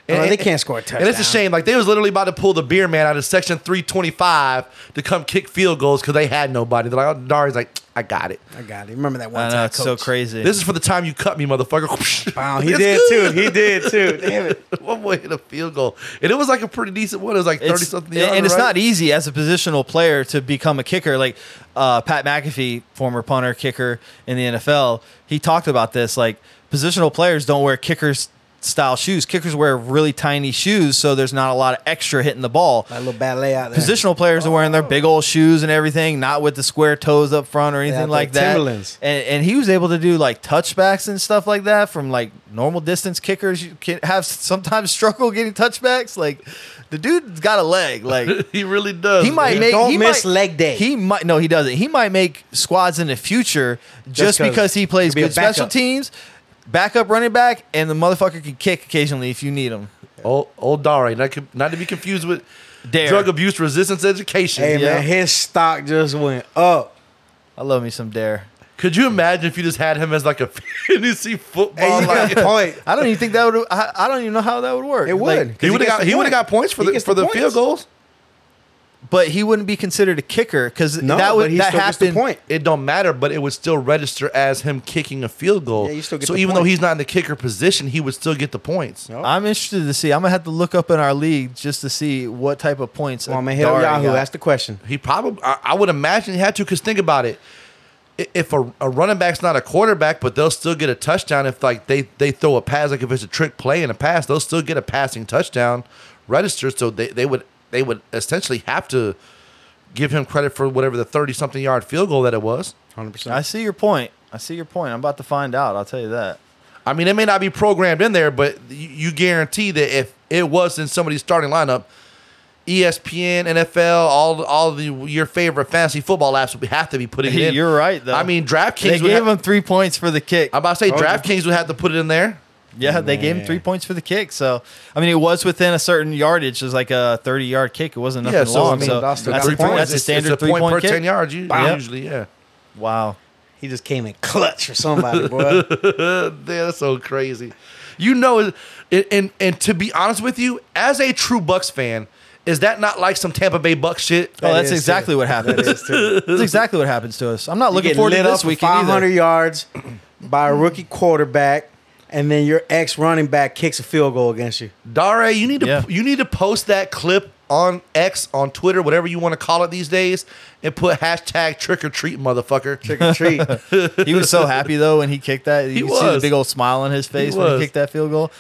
Oh, they can't score a
And it's
touchdown.
a shame. Like they was literally about to pull the beer man out of section three twenty five to come kick field goals because they had nobody. They're like, oh, Dari's like, I got it.
I got it. Remember that one
I
time?
know, it's so
coach?
crazy.
This is for the time you cut me, motherfucker. *laughs*
Wow, he
It's
did
good.
too. He did too. Damn
*laughs*
it.
One boy hit a field goal, and it was like a pretty decent one. It was like thirty
It's-
something,
and,
yards,
and it's
right?
not easy as a positional player to become a kicker. Like uh, Pat McAfee, former punter, kicker in the NFL, he talked about this. Like positional players don't wear kickers style shoes. Kickers wear really tiny shoes, so there's not a lot of extra hitting the ball.
That Oh. little ballet out there.
Positional players are wearing their big old shoes and everything, not with the square toes up front or anything
have,
like
like,
that.
Timberlands.
And, and he was able to do like touchbacks and stuff like that from like normal distance kickers. You can have sometimes *laughs* struggle getting touchbacks. Like the dude's got a leg. Like
*laughs* He really does.
he might
Hey,
make
don't
he
miss
might-
leg day.
He might no, he doesn't. He might make squads in the future just,
'cause
because he plays
he'll be a
good special
backup.
teams, backup running back, and the motherfucker can kick occasionally if you need him.
Old, old Dari, not, co- not to be confused with
Dare.
drug abuse resistance education.
Hey
Yeah.
man, his stock just went up.
I love me some dare.
Could you imagine if you just had him as like a *laughs* fantasy
Hey,
football?
you
like,
got a point.
I don't even think that would. I, I don't even know how that would work.
It would.
Like,
he would have
gets
got
the
he would have
point.
got points for
He
the
gets
for
the
the
points.
field goals.
but he wouldn't be considered a kicker because
No,
that
but
would
he
that
still gets the
happened.
point.
It don't matter, but it would still register as him kicking a field goal.
Yeah, you still get
so
the
even though
point.
he's not in the kicker position, he would still get the points.
I'm interested to see. I'm gonna have to look up in our league just to see what type of points.
Well,
a
man, hit up
guard
Yahoo.
got.
That's the question.
He probably I, I would imagine he had to because think about it. I- If a, a running back's not a quarterback, but they'll still get a touchdown if like they they throw a pass, like if it's a trick play and a pass, they'll still get a passing touchdown registered. So they, they would they would essentially have to give him credit for whatever the thirty something yard field goal that it was.
100.
I
percent
see your point. I see your point. I'm about to find out. I'll tell you that.
I mean, it may not be programmed in there, but you, you guarantee that if it was in somebody's starting lineup, E ESPN, NFL, all all the your favorite fantasy football apps would have to be putting it
*laughs*
in.
You're right, though.
I mean, DraftKings
They
would
gave
have-
him three points for the kick.
I'm about to say DraftKings would have to put it in there.
yeah, they gave him three points for the kick. So, I mean, it was within a certain yardage. It was like a 30 yard kick. It wasn't nothing
Yeah, so
long.
I mean,
so
that's
that's,
the three
a, point-
points.
that's a
It's-
standard
it's a
three
point,
point
per
kick.
ten yards. u-
Wow.
Usually, yeah.
Wow.
He just came in clutch for somebody,
Oh,
boy.
*laughs* Yeah, that's so crazy. You know, it- it- and and to be honest with you, as a true Bucks fan, is that not like some Tampa Bay Bucks shit?
Oh,
That
that's
is
exactly
too.
what *laughs* happens. that's exactly what happens to us. I'm not looking
Get
forward to
lit up
this
for
weekend
500
either.
yards by a rookie quarterback, and then your ex running back kicks a field goal against you.
Dare, you need to
Yeah.
you need to post that clip on X on Twitter, whatever you want to call it these days, and put hashtag trick or treat, motherfucker.
*laughs* Trick or
*laughs*
treat.
He was so happy though when he kicked that. You
He
could see the
was.
big old smile on his face when
was.
he kicked that field goal.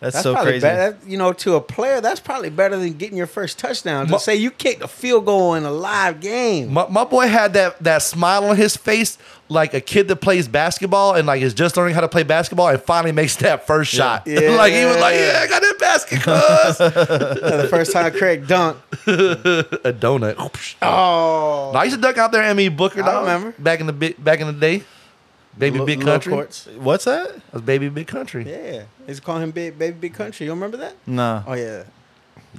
That's,
That's
so
probably
crazy.
better. That- you know, to a player, that's probably better than getting your first touchdown. Just
Mo-
say you kicked a field goal in a live game.
My, my boy had that that smile on his face like a kid that plays basketball and like is just learning how to play basketball and finally makes that first shot. *laughs*
Yeah.
like he was like, yeah, I got that basket, cuz *laughs*
the first time Craig
*laughs*
dunked.
a donut.
Oh,
I used to duck out there, M.E. Booker. dog,
remember.
back in the bi- back in the day, baby
Little-
big
little
country. That
courts.
What's that?
was baby big country.
Yeah, they used to call him Big Baby Big Country. You don't remember that?
No.
Oh yeah,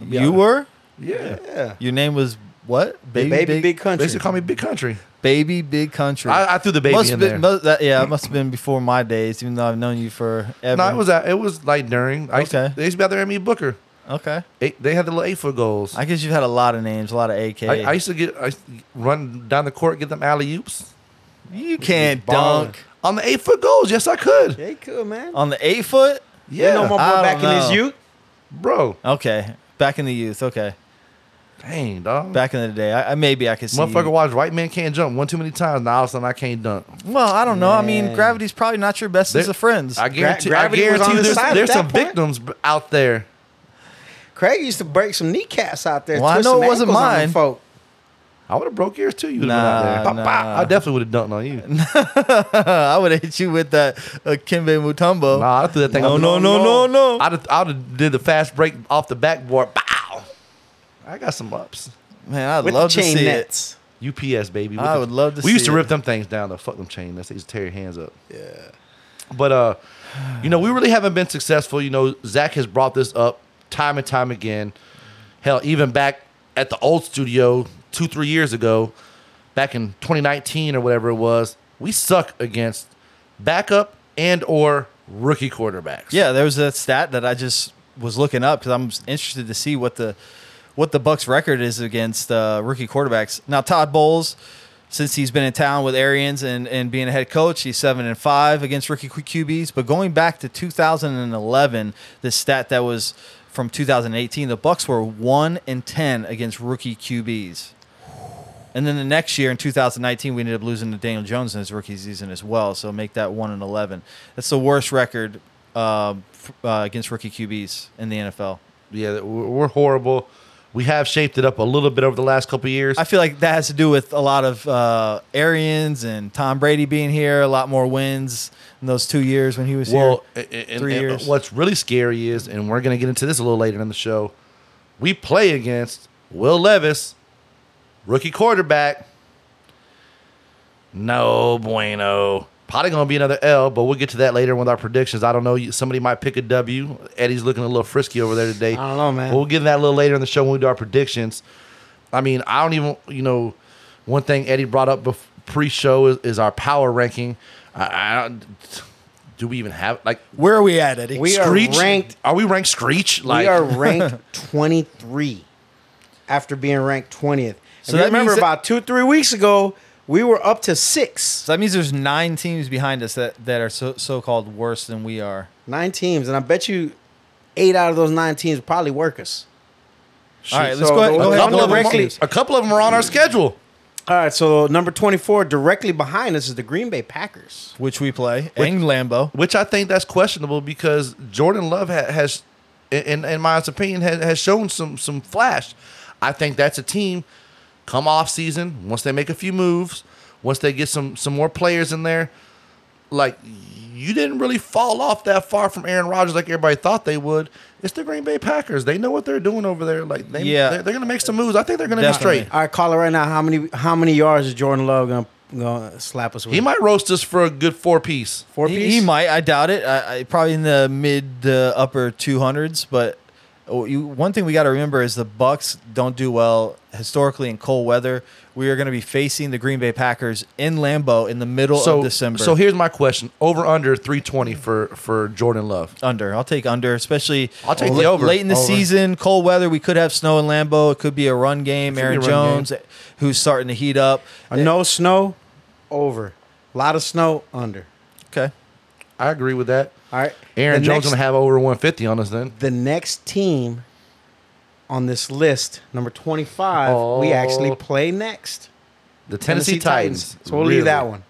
you were?
yeah.
yeah.
Your name was what?
Baby, Big,
They
Country.
used to call me big country.
Baby Big Country.
I, I threw the baby
must
in
been,
there.
must- that- yeah, it must have been before my days, even though I've known you forever.
No, it was at, it was like during. I used to-
Okay.
they used to be out there at me Booker.
okay.
Eight, they had the little eight foot goals. I,
I guess you've had a lot of names, a lot of AKs.
I, used to get I used to run down the court, get them alley oops
you can't
Ballin'.
dunk
on the eight foot goals. Yes, I could.
yeah, he could man.
on the eight foot.
Yeah,
You know my boy
I don't
back in his
know. Oh.
youth.
bro.
Okay, back in the youth. Okay,
Dang dog.
back in the day, I, I maybe I could see.
Motherfucker
you.
watched white man can't jump one too many times. Now all of a sudden I can't dunk.
Well, I don't know. I mean,
Man.
gravity's probably not your bestest
There-
of friends.
I guarantee. I
gravity was
guarantee
on his
there's,
side at
there's
that
some
point.
victims b- out there.
Craig used to break some kneecaps out there.
Well, I
twist
know
some
it wasn't
ankles on them
mine.
Folk.
I would have broke yours too. You would
Nah,
have been out there. Bah, bah.
nah.
I definitely would have dunked on you.
*laughs* I would have hit you with that uh, Kimbe Mutombo.
Nah, I threw that thing.
no,
up.
no, no, no, no.
I'd have, I'd have did the fast break off the backboard. Bow. I got some ups. Man, I'd
With the
love to
chain
see
nets.
it. UPS baby.
I
With
would love to
We used
see
to
it.
rip them things down. The fuck them chain nets. They used to tear your hands up. Yeah. But uh, you know, we really haven't been successful. You know, Zach has brought this up time and time again. Hell, even back at the old studio two, three years ago, back in 2019 or whatever it was, we suck against backup and or rookie quarterbacks.
Yeah, there was that stat that I just was looking up because I'm interested to see what the what the Bucks record is against uh, rookie quarterbacks. Now Todd Bowles, since he's been in town with Arians and and being a head coach, he's seven and five against rookie Q- QBs. But going back to 2011, the stat that was from 2018, the Bucks were one and ten against rookie QBs. And then the next year in 2019, we ended up losing to Daniel Jones in his rookie season as well. So make that one and 11. That's the worst record uh, f- uh, against rookie QBs in the NFL.
Yeah, that- we're we're horrible. We have shaped it up a little bit over the last couple of years.
I feel like that has to do with a lot of uh, Arians and Tom Brady being here, a lot more wins in those two years when he was
Well,
here.
a- a- and,
Three
and uh,
years.
what's really scary is, and we're going to get into this a little later in the show, we play against Will Levis, rookie quarterback. No bueno. Probably going to be another L, but we'll get to that later with our predictions. I don't know. you- Somebody might pick a W. Eddie's looking a little frisky over there today.
I don't know, man.
We'll get into that a little later in the show when we do our predictions. I mean, I don't even, you know, one thing Eddie brought up bef- pre-show is, is our power ranking. I, I don't, do we even have like
Where are we at, Eddie?
We are
Screech?
ranked.
Are we ranked Screech? Like
we *laughs* are
*laughs*
ranked 23 after being ranked 20th. So
that
you remember
means that-
about two, three weeks ago, we were up to six,
so that means there's nine teams behind us that, that are so, so-called worse than we are.
nine teams, and I bet you eight out of those nine teams probably work us.
All right, let's
So
go ahead.
the-
Go
a
ahead and
couple,
go
of them
directly.
are, a couple of them are on our schedule.
All right, so number 24, directly behind us, is the Green Bay Packers.
Which we play. in Lambo.
which I think that's questionable because Jordan Love ha- has, in, in my opinion, has, has shown some some flash. I think that's a team come off season once they make a few moves, once they get some some more players in there. Like you didn't really fall off that far from Aaron Rodgers like everybody thought they would. It's the Green Bay Packers. They know what they're doing over there. Like they,
Yeah.
they're, they're gonna make some moves. I think they're gonna be
Definitely.
straight.
All right, call it right now. How many how many yards is Jordan Love gonna, gonna slap us with?
He might roast us for a good four piece.
four
He-
piece.
He, might. I doubt it. I, I probably in the mid to upper two hundreds. But oh, you, one thing we got to remember is the Bucks don't do well historically in cold weather. We are going to be facing the Green Bay Packers in Lambeau in the middle of December.
So here's my question: Over under three twenty for for Jordan Love.
under. I'll take under, especially
I'll take
la-
the over.
Oh, late in the
Over.
season, cold weather. We could have snow in Lambeau. It could be a run game.
be a
Aaron
run
Jones, who's starting to heat up.
Uh, no snow, over. A lot of snow, under.
Okay.
I agree with that.
All right.
Aaron
The
Jones
next-
gonna have over one fifty on us then.
the next team on this list, number 25, we
Oh.
actually play next.
The Tennessee, Titans.
So we'll leave that one.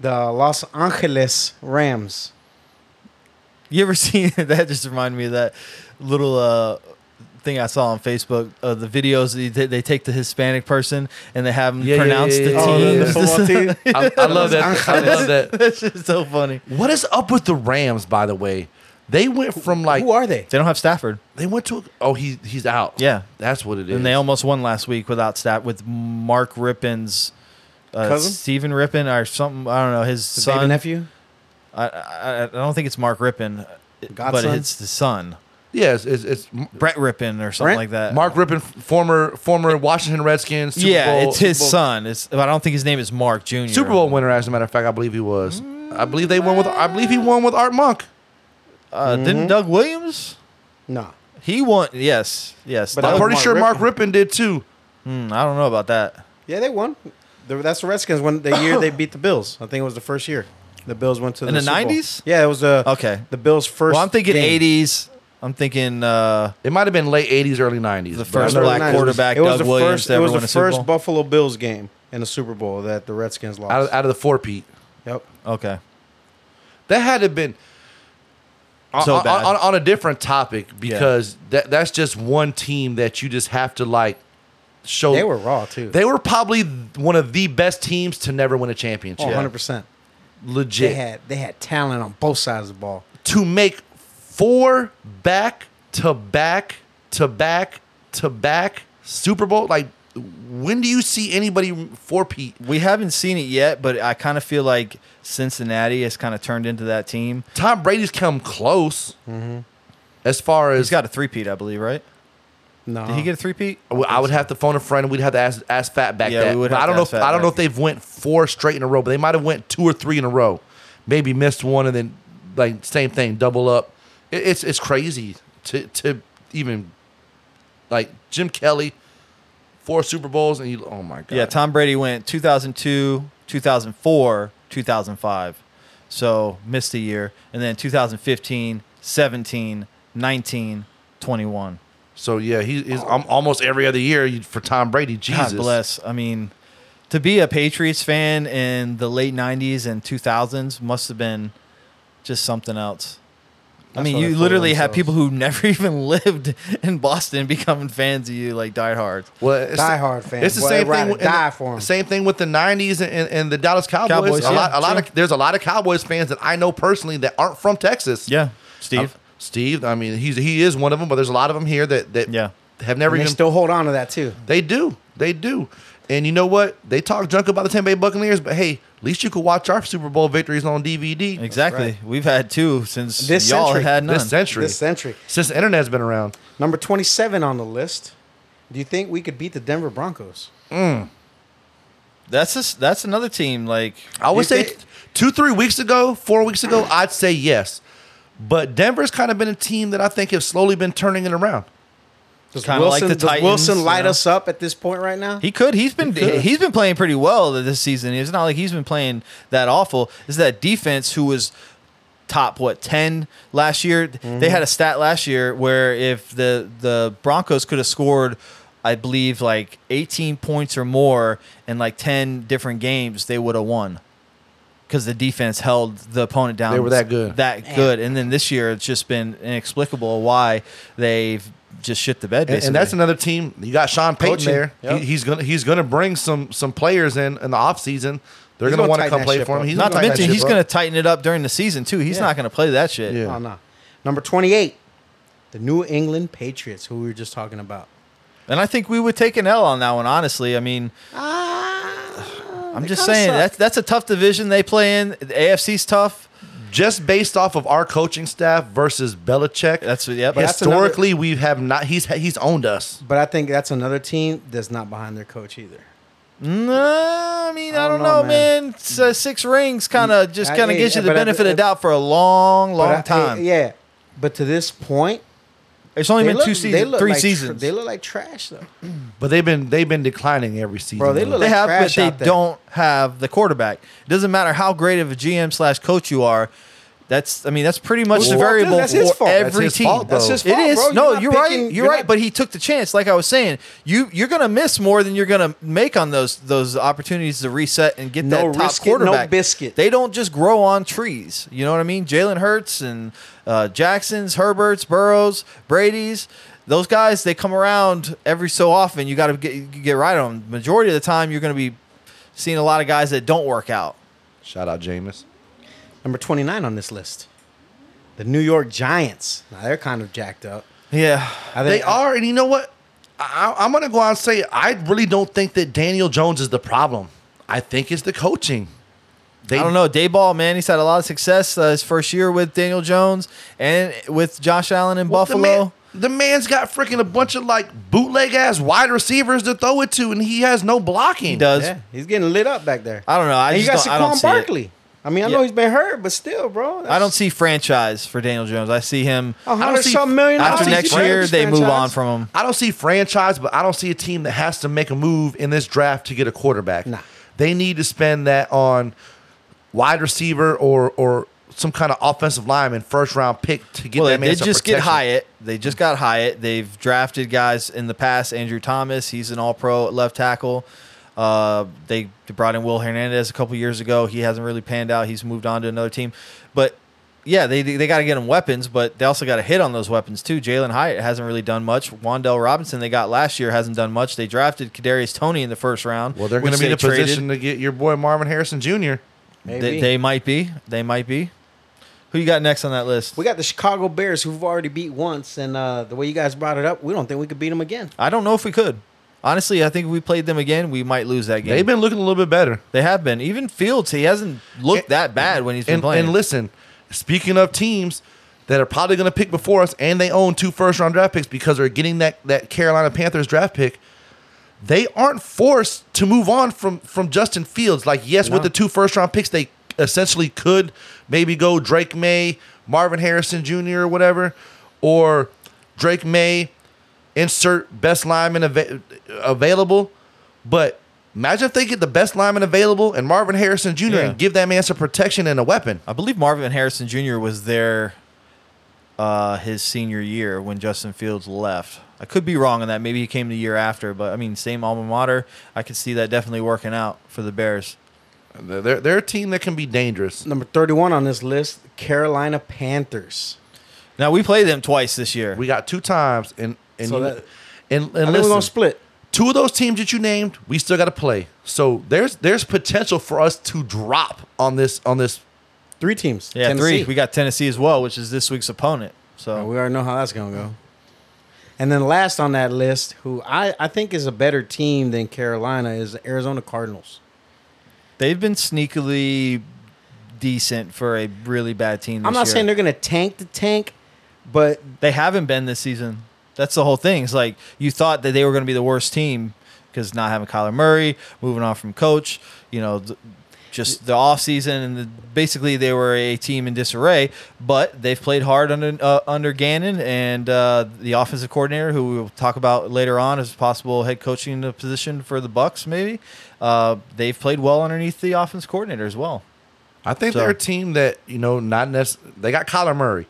The Los Angeles Rams.
You ever *laughs* seen that? Just reminded me of that little uh, thing I saw on Facebook of the videos that they, they take the Hispanic person and they have them
Yeah, yeah,
pronounce
yeah, yeah,
the
Oh,
team. *laughs*
yeah,
teams.
the football I, I love that. I
*laughs*
love that.
That's just so funny.
What is up with the Rams? By the way, they went from like
Who are they?
They don't have Stafford,
they went to oh he he's out.
Yeah.
that's what it is.
and they almost won last week without Staff with Mark Rippin's. Uh,
Cousin?
Stephen Rippin or something I don't know his
His
son
baby nephew?
I, I, I don't think it's Mark Rippin
Godson?
but it's the son
yeah, it's, it's, it's
Brett Rippin or something
Brent?
like that
Mark Rippin, former former Washington Redskins. Super
yeah
Bowl-
it's his
Super Bowl-
son it's I don't think his name is Mark Junior
Super Bowl winner. As a matter of fact, I believe he was. I believe they won with. I believe he won with Art Monk.
Uh, Didn't Doug Williams?
No.
He won. Yes, yes.
But
Doug-
I'm
was
pretty
Mark
sure Mark
Rippon.
Rippon did too.
Hmm, I don't know about that.
Yeah, they won. The- That's the Redskins when the
*laughs*
year they beat the Bills. I think it was the first year. The Bills went to
In the
Super Bowl.
90s?
Yeah, it was the
Okay.
The Bills first.
Well, I'm thinking
game.
'80s. I'm thinking uh,
It might have been late '80s, early '90s.
The
but
first
I know-
black quarterback,
It was
Doug
the
Williams,
first.
to
It
ever
was
win
the
a Super
first
Bowl?
Buffalo Bills game in the Super Bowl that the Redskins lost.
out of, out of the four Pete.
yep.
okay.
That had to have been on,
So
on-
bad.
on- on a different topic because that that's just one team that you just have to like show.
Oh, They were raw too.
They were probably one of the best teams to never win a
Oh,
championship.
100%.
Legit.
They had they had talent on both sides of the ball.
to make four back to back to back to back
Super Bowl? Like, when do you see anybody four Pete?
We haven't seen it yet, but I kind of feel like Cincinnati has kind of turned into that team. Mm-hmm.
Tom Brady's come close as far as
he's got a three-peat, I believe, right?
No.
Did he get a three-peat?
I would- I would have to phone a friend. We'd have to ask ask Fat back
Yeah,
that.
we would
But
have
I don't
to
know.
ask
If, I don't know
Fatback.
if they've went four straight in a row, but they might have went two or three in a row. Maybe missed one and then like same thing, double up. It, it's it's crazy to to even like Jim Kelly, four Super Bowls and you. Oh my god.
Yeah, Tom Brady went 2002, 2004, 2005. So missed a year. And then 2015, 17, 19, 21.
So yeah, he is um, almost every other year you- for Tom Brady. Jesus.
God bless. I mean, to be a Patriots fan in the late 90s and 2000s must have been just something else. I
That's
mean,
what they
you
told
literally have
themselves.
people who *laughs* never even lived in Boston becoming fans of you, like diehard.
Well, it's
Die hard fans.
It's the
Boy,
same
they'd
thing.
rather
with- and
die
the-
for 'em.
Same thing with the '90s and, and, and the Dallas Cowboys.
Cowboys,
a lot,
yeah,
a lot
true.
of there's a lot of Cowboys fans that I know personally that aren't from Texas.
Yeah, Steve.
Uh, Steve. I mean, he's he is one of them, but there's a lot of them here that that
Yeah.
have never
And they
even.
still hold on to that too.
they do. They do. And you know what? They talk junk about the Tampa Bay Buccaneers, but hey, at least you could watch our Super Bowl victories on DVD
Exactly. We've had two since
This
y'all
century.
had none.
this century.
This century.
Since the internet's been around,
Number 27 on the list. Do you think we could beat the Denver Broncos?
That's just, that's another team. Like
I would
you
say
think-
two, three weeks ago, four weeks ago, I'd say yes. But Denver's kind of been a team that I think have slowly been turning it around.
Does
Kinda like
Wilson,
the
does
Titans,
Wilson
you
light
know?
us up at this point right now?
he could. He's been
could.
he has been playing pretty well this season. It's not like he's been playing that awful. It's that defense who was top what ten last year. They had a stat last year where if the the Broncos could have scored. I believe like 18 points or more in like 10 different games, they would have won because the defense held the opponent down.
They were that good.
That good. And then this year, it's just been inexplicable why they've just shit the bed.
And,
Basically.
and that's another team. You got Sean Payton
Coaching.
there.
Yep.
He, he's gonna he's gonna bring some some players in in the offseason. They're gonna
He's gonna
want to
tighten
come
that
play
ship
for him.
up.
He's
not to
gonna tighten
mention
that
he's
ship
going to
up.
tighten it up during the season too. He's
Yeah.
not going to play that shit.
Yeah.
Oh, no. Number 28, the New England Patriots, who we were just talking about.
And I think we would take an L on that one. Honestly, I mean,
Ah,
I'm just saying that's that's a tough division they play in. The AFC's tough.
just based off of our coaching staff versus Belichick.
That's what- yeah, but that's
another-
historically we have not. He's he's owned us.
But I think that's another team that's not behind their coach either.
No, I mean, I don't, know, man. It's, uh, six rings kind of just
Mm, I-
kind of
yeah,
gives you the
but I-
benefit
I-
of doubt for a long,
But
long
I-
time.
yeah. But to this point,
It's only
they
been
look, they
two seasons,
look
three
like tr-
seasons.
they look like trash, though.
But they've been they've been declining every season.
Bro, they
though.
look
they
like
have, but
trash
they
out there.
don't have the quarterback. It doesn't matter how great of a GM slash coach you are. That's I mean that's pretty much
Well,
the
well, dude,
variable
that's his
for
fault.
every
his
That's
team.
fault, That's though.
his fault,
it is
bro. You're
no,
not
you're
picking-
right. You're,
you're
right.
not-
But he took the chance. Like I was saying, you you're gonna miss more than you're gonna make on those those opportunities to reset and get
No
that top
risk it, no
quarterback.
biscuit.
They don't just grow on trees. You know what I mean? Jalen Hurts and uh, Jacksons, Herberts, Burrows, Brady's. Those guys, they come around every so often. You got to get you get right on them. Majority of the time, you're going to be seeing a lot of guys that don't work out.
Shout out Jameis.
Number 29 on this list, the New York Giants. Now, they're kind of jacked up.
Yeah,
I
They are, and you know what? I, I'm gonna go out and say I really don't think that Daniel Jones is the problem. I think it's the coaching. They,
I don't know. Dayball, man, he's had a lot of success uh, his first year with Daniel Jones and with Josh Allen in
Well,
Buffalo.
The, man, has got freaking a bunch of like bootleg ass wide receivers to throw it to, and he has no blocking.
he does.
Yeah, he's getting lit up back there.
I don't know. I
and you got
just don't- I don't
Saquon
see it.
Barkley. I mean, I
Yeah.
know he's been hurt, but still, bro.
I don't see franchise for Daniel Jones. I see him
a
I don't
hundred
see-
some million
I don't
after
see
dollars.
next
You
year
franchise?
they move on from him.
I don't see franchise, but I don't see a team that has to make a move in this draft to get a quarterback.
Nah.
They need to spend that on wide receiver or or some kind of offensive lineman first round pick to get
well,
that
they
man
did
some
just get
protection.
Hyatt. They just got Hyatt. They've drafted guys in the past. Andrew Thomas, he's an All-Pro left tackle. Uh, they brought in Will Hernandez a couple years ago. He hasn't really panned out. He's moved on to another team. But yeah, they they got to get him weapons, but they also got to hit on those weapons too. Jalen Hyatt hasn't really done much. Wandell Robinson they got last year hasn't done much. They drafted Kadarius Tony in the first round.
Well, they're going to
which
be in
they
a
traded.
position to get your boy Marvin Harrison Jr.
They,
Maybe.
they might be. They might be. Who you got next on that list?
we got the Chicago Bears who've already beat once, and uh, the way you guys brought it up, we don't think we could beat them again.
I don't know if we could. Honestly, I think if we played them again, we might lose that game.
They've been looking a little bit better.
They have been. Even Fields, he hasn't looked that bad when he's been
and,
playing.
and listen, speaking of teams that are probably going to pick before us, and they own two first round draft picks because they're getting that that Carolina Panthers draft pick. They aren't forced to move on from from Justin Fields. Like yes, with the two first round picks, they essentially could maybe go Drake May, Marvin Harrison Jr. or whatever, or Drake May, insert best lineman ava- available. But imagine if they get the best lineman available and Marvin Harrison Jr.
Yeah.
and give that man some protection and a weapon.
I believe Marvin Harrison Jr. was there uh, his senior year when Justin Fields left. I could be wrong on that. Maybe he came the year after, but I mean, same alma mater. I could see that definitely working out for the Bears.
They're, they're, they're a team that can be dangerous.
Number 31 on this list, Carolina Panthers.
Now we played them twice this year.
We got two times, and and
So
you-
that-
and,
I
and
think we're
listen,
going to split.
two of those teams that you named, we still got to play. So there's there's potential for us to drop on this on this.
Three teams.
yeah,
Tennessee.
three. We got Tennessee as well, which is this week's opponent.
Uh,
So
We already know how that's going to go. And then last on that list, who I, I think is a better team than Carolina, is the Arizona Cardinals.
they've been sneakily decent for a really bad team. This
I'm not
year.
saying they're going to tank the tank, but
they haven't been this season. That's the whole thing. It's like you thought that they were going to be the worst team because not having Kyler Murray, moving on from coach, you know, th- just the offseason and the, basically they were a team in disarray. But they've played hard under uh, under Gannon and uh, the offensive coordinator, who we'll talk about later on as possible head coaching position for the Bucks. Maybe uh, they've played well underneath the offense coordinator as well.
I think
So-
they're a team that you know not necessarily. They got Kyler Murray.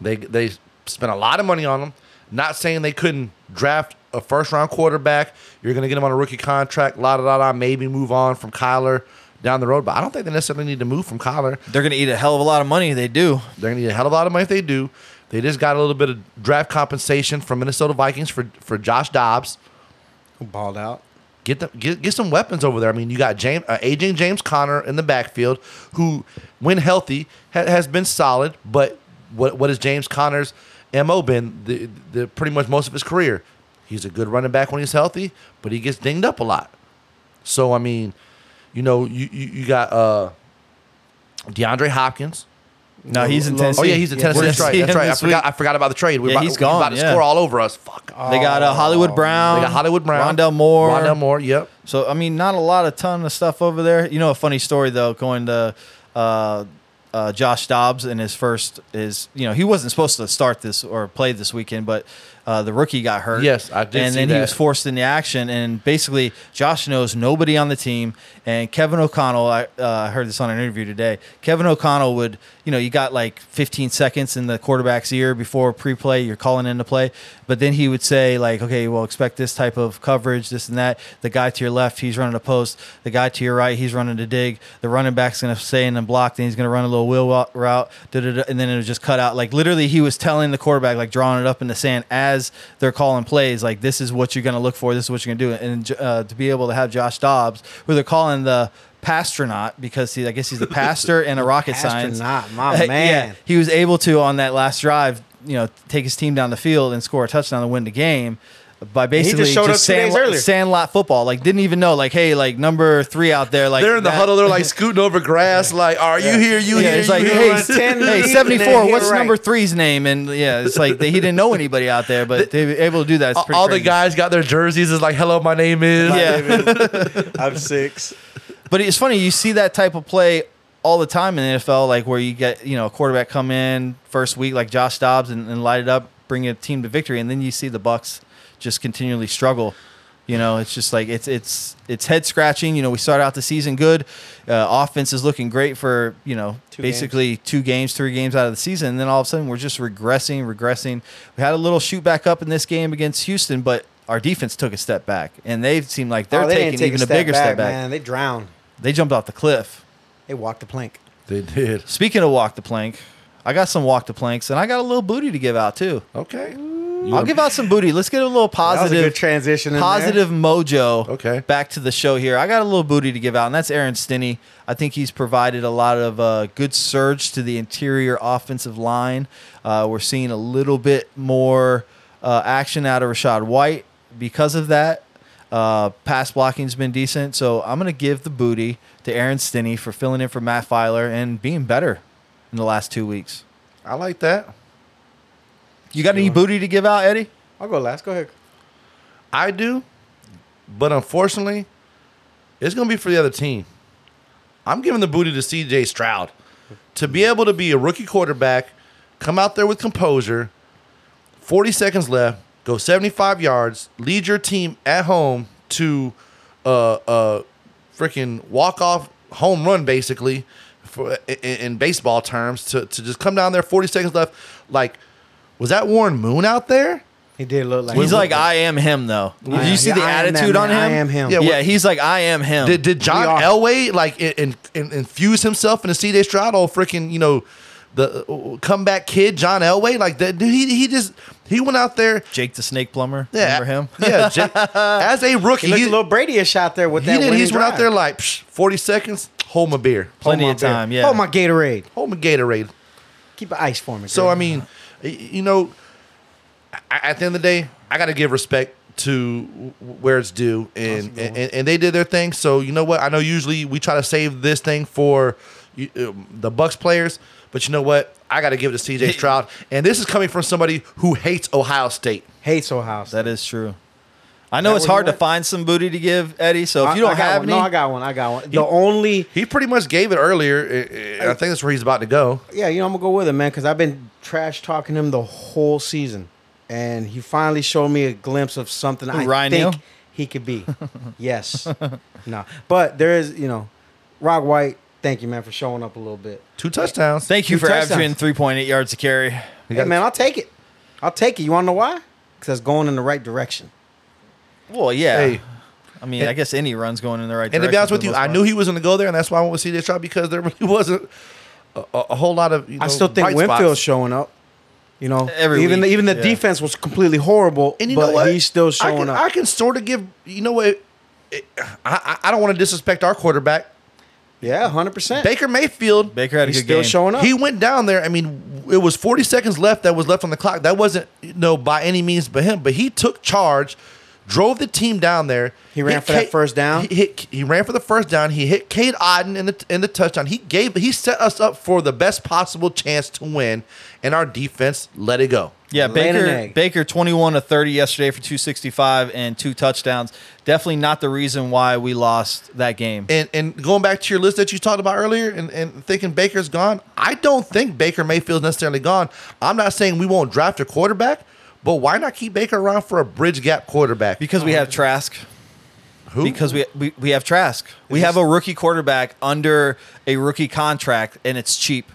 They they spent a lot of money on him. Not saying they couldn't draft a first round quarterback. You're going to get him on a rookie contract. La da da da. Maybe move on from Kyler down the road, but I don't think they necessarily need to move from Kyler.
They're going to eat a hell of a lot of money. They do.
They're going to need a hell of a lot of money if they do. They just got a little bit of draft compensation from Minnesota Vikings for for Josh Dobbs.
balled out.
Get them get, get some weapons over there. I mean, you got James uh, aging James Conner in the backfield, who when healthy ha- has been solid. But what what has James Conner's mo been the, the pretty much most of his career? He's a good running back when he's healthy, but he gets dinged up a lot. So I mean, you know, you you, you got uh, DeAndre Hopkins.
No, he's in
Lo-
Tennessee.
Oh yeah, he's in Tennessee.
We're
That's
gonna see
right. That's
him
right. I
this week.
forgot. I forgot about the trade. We're
Yeah,
about,
he's
we're about
gone,
to
yeah.
score all over us. Fuck.
They got uh, Hollywood Brown.
Oh, They got Hollywood Brown,
Rondell Moore.
Rondell Moore. Yep.
So I mean, not a lot of ton of stuff over there. You know, a funny story though, going to uh, uh, Josh Dobbs in his first is you know he wasn't supposed to start this or play this weekend, but uh, the rookie got hurt.
Yes, I did
And
see
then he
that.
was forced into action, and basically Josh knows nobody on the team, and Kevin O'Connell. I uh, heard this on an interview today. Kevin O'Connell would you know you got like 15 seconds in the quarterback's ear before pre-play. You're calling into play, but then he would say like, okay, well expect this type of coverage, this and that. The guy to your left, he's running a post. The guy to your right, he's running a dig. The running back's gonna stay in and block. Then he's gonna run a little wheel wa- route, da-da-da, and then it would just cut out. Like literally, he was telling the quarterback, like drawing it up in the sand as they're calling plays. Like this is what you're gonna look for. This is what you're gonna do. And uh, to be able to have Josh Dobbs, who they're calling the pastronaut because he, I
*laughs*
guess he's a pastor and a rocket science.
Astronaut,
*laughs*
my man.
he was able to on that last drive, you know, take his team down the field and score a touchdown to win the game. By
just
basically
showed up two days
sandlot,
earlier.
sandlot football, like didn't even know, like hey, like number three out there, like
They're in the
that-
huddle. They're like scooting over grass. Like, are you here? You
*laughs* yeah,
here?
it's
you
like,
here?
hey,
right.
s-
10
hey,
leads,
74,
and
what's
hit right.
number three's name? And yeah, it's like they, he didn't know anybody out there, but they were able to do that. It's pretty
all the
crazy.
guys got their jerseys. Is like, hello, my name *laughs* is.
Yeah.
I'm six.
but it's funny, you see that type of play all the time in the NFL, like where you get, you know, a quarterback come in first week like Josh Dobbs and, and light it up, bring a team to victory, and then you see the Bucks just continually struggle. You know, it's just like it's it's it's head scratching. You know, we start out the season good, uh, offense is looking great for you know basically two games, three games out of the season, and then all of a sudden we're just regressing, regressing. We had a little shoot back up in this game against Houston, but our defense took a step back, and they seem like they're
Oh, they
taking
didn't take
even a,
a step
bigger
back,
step back.
Man, they drowned.
They jumped off the cliff.
They walked the plank.
they did.
Speaking of walk the plank, I got some walk the planks, and I got a little booty to give out too.
Okay.
I'll give out some booty. Let's get a little
That was a
positive
good transition. in there.
positive mojo.
Okay.
Back to the show here. I got a little booty to give out, and that's Aaron Stinney. I think he's provided a lot of uh, good surge to the interior offensive line. Uh, we're seeing a little bit more uh, action out of Rashad White because of that. Uh, pass blocking's been decent, so I'm gonna give the booty to Aaron Stinney for filling in for Matt Filer and being better in the last two weeks.
I like that.
You got any booty to give out, Eddie?
I'll go last. Go ahead.
I do, but unfortunately, it's going to be for the other team. I'm giving the booty to CJ Stroud to be able to be a rookie quarterback, come out there with composure, 40 seconds left, go 75 yards, lead your team at home to uh, uh, freaking walk off home run basically for, in, in baseball terms to, to just come down there 40 seconds left like was that Warren Moon out there?
He did look like
He's like, I am him, though.
I
Did you
am-
see the
I am that
attitude on him?
man. I am him.
Yeah,
Yeah,
what-
he's like, I am him.
Did, did John
are-
Elway like in, in, in- infuse himself into C.J. Stroud or freaking you know the uh, comeback kid John Elway like that? Dude, he he just he went out there.
Jake the Snake Plumber?
Yeah,
Remember him?
*laughs* yeah, Jake, as a rookie,
he looked
he,
a little Brady-ish out there with
he
that.
did. He
winning
just went out
drive.
there like psh, forty seconds. Hold Oh, my beer.
*laughs* Plenty
Hold my
of time,
beer.
yeah.
Hold my Gatorade.
Hold my Gatorade.
Keep the ice for me.
So
girl.
I mean, y- you know, I- at the end of the day, I got to give respect to wh- where it's due, and, and and they did their thing. So you know what? I know usually we try to save this thing for you- um, the Bucks players, but you know what? I got to give it to *laughs* C.J. Stroud, and this is coming from somebody who hates Ohio State.
hates Ohio State.
That is true. I know
That
it's
what you
hard to
want?
find some booty to give, Eddie, so if you
I-
don't
I got
have
one.
any,
no, I got one. I got one. The only
He pretty much gave it earlier. and- and I think that's where he's about to go.
yeah, you know, I'm gonna go with him, man, because I've been trash talking him the whole season, and he finally showed me a glimpse of something I
Ryan
think
Neal?
he could *laughs* be. yes, no, but there is, you know, Rock White. Thank you, man, for showing up a little bit.
Two touchdowns.
thank you
Two
for
touchdowns.
averaging 3.8 yards to carry.
Hey, man, I'll take it. I'll take it. You want to know why? Because that's going in the right direction.
Well, yeah.
Hey.
I mean, I guess any run's going in the right
And
direction.
to be honest
for
with
the
you,
most
I
part.
knew he was going to go there, and that's why I went with C.J. Stroud because there really *laughs* wasn't a, a, a whole lot of. You know,
I still think
bright spots.
Winfield's showing up. You know,
Every
even
week,
the, even the
yeah.
defense was completely horrible,
And you know
but
what?
he's still
I
showing
can,
up.
I can sort of give you know what. it- I, I I don't want to disrespect our quarterback
yeah, hundred percent.
Baker Mayfield.
Baker had a
He's
good
still
game.
showing up.
He went down there. I mean, it was 40 seconds left that was left on the clock. That wasn't you know by any means by him, but he took charge, drove the team down there.
He ran
hit
for that first down?
He, hit, he ran for the first down. He hit Cade Oden in the in the touchdown. He gave he set us up for the best possible chance to win, and our defense let it go.
Yeah,
Laying an
Baker
egg.
Baker 21 to 30 yesterday for 265 and two touchdowns. Definitely not the reason why we lost that game.
and and going back to your list that you talked about earlier and, and thinking Baker's gone, I don't think Baker Mayfield's necessarily gone. I'm not saying we won't draft a quarterback, but why not keep Baker around for a bridge gap quarterback?
Because
Oh,
we have Trask.
Who?
Because we, we, we have Trask. We have a rookie quarterback under a rookie contract, and it's cheap.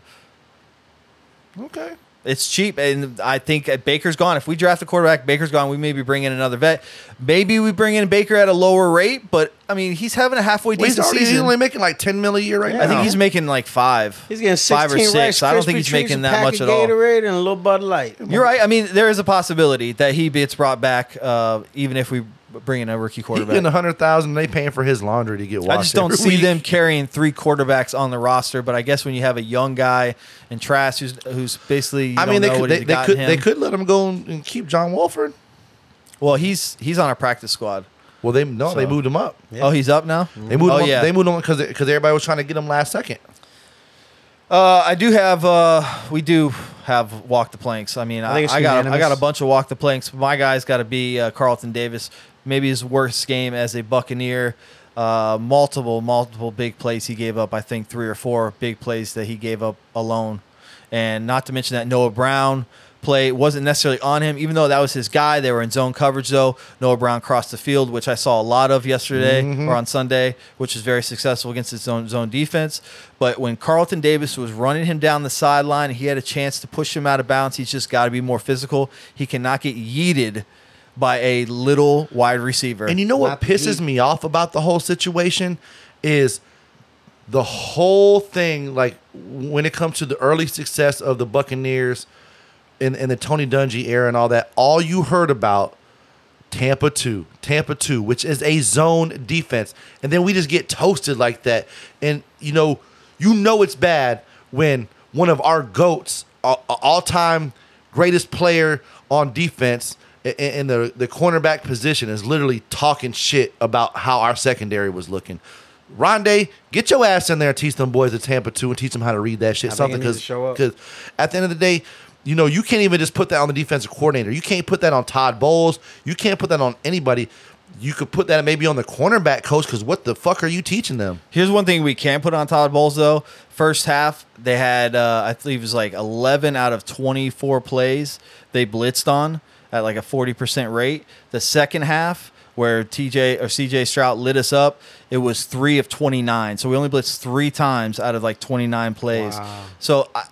okay.
It's cheap, and I think at Baker's gone. If we draft a quarterback, Baker's gone. We maybe bring in another vet. Maybe we bring in Baker at a lower rate, but I mean, he's having a halfway
Well, he's,
decent
already, he's
season.
only making like 10 mil a year right now.
I think he's making like five.
He's getting 16
five or six.
Rice
I don't
Krispy
think he's
Treats,
making
a
that
pack
much
of
at all.
Gatorade and a little Bud Light.
You're right. I mean, there is a possibility that he gets brought back, uh, even if we bring in a rookie
he's
quarterback.
getting 100000 They paying for his laundry to get washed.
I just don't
every
see
week.
them carrying three quarterbacks on the roster. But I guess when you have a young guy and Trask, who's who's basically, you
I mean,
don't
they
know
could
what
they,
he's
they
got in
could
him.
they could let him go and and keep John Wolford.
Well, he's he's on our practice squad.
Well, they no, they
So-
moved him up.
Oh, he's up now.
They moved
Oh
him.
yeah.
Up, they moved him because because everybody was trying to get him last second.
uh, I do have. Uh, we do have walk the planks. I mean, I,
think it's
I, got I
unanimous.
got a bunch of walk the planks. My guy's got to be uh, Carlton Davis. Maybe his worst game as a Buccaneer. Uh, multiple multiple big plays he gave up. I think three or four big plays that he gave up alone, and not to mention that Noah Brown play wasn't necessarily on him, even though that was his guy. They were in zone coverage though. Noah Brown crossed the field, which I saw a lot of yesterday
Mm-hmm.
or on Sunday, which was very successful against his own zone defense. But when Carlton Davis was running him down the sideline, he had a chance to push him out of bounds. He's just got to be more physical. He cannot get yeeted by a little wide receiver.
And you know what
Not the
pisses
heat.
me off about the whole situation is the whole thing, like when it comes to the early success of the Buccaneers and, and the Tony Dungy era and all that, all you heard about Tampa 2, Tampa 2, which is a zone defense. And then we just get toasted like that. And, you know, you know it's bad when one of our GOATs, all time greatest player on defense, i- in the the cornerback position is literally talking shit about how our secondary was looking. Rondé, get your ass in there and teach them boys at Tampa too, and teach them how to read that shit.
I think
something
it needs to
because
show up.
because at the end of the day, you know you can't even just put that on the defensive coordinator. You can't put that on Todd Bowles. You can't put that on anybody. You could put that maybe on the cornerback coach because what the fuck are you teaching them?
Here's one thing we can put on Todd Bowles though. First half, they had uh, I believe it was like 11 out of 24 plays they blitzed on at like a 40% rate. The second half where TJ or CJ Stroud lit us up, it was 3 of 29. So we only blitzed 3 times out of like 29 plays. So I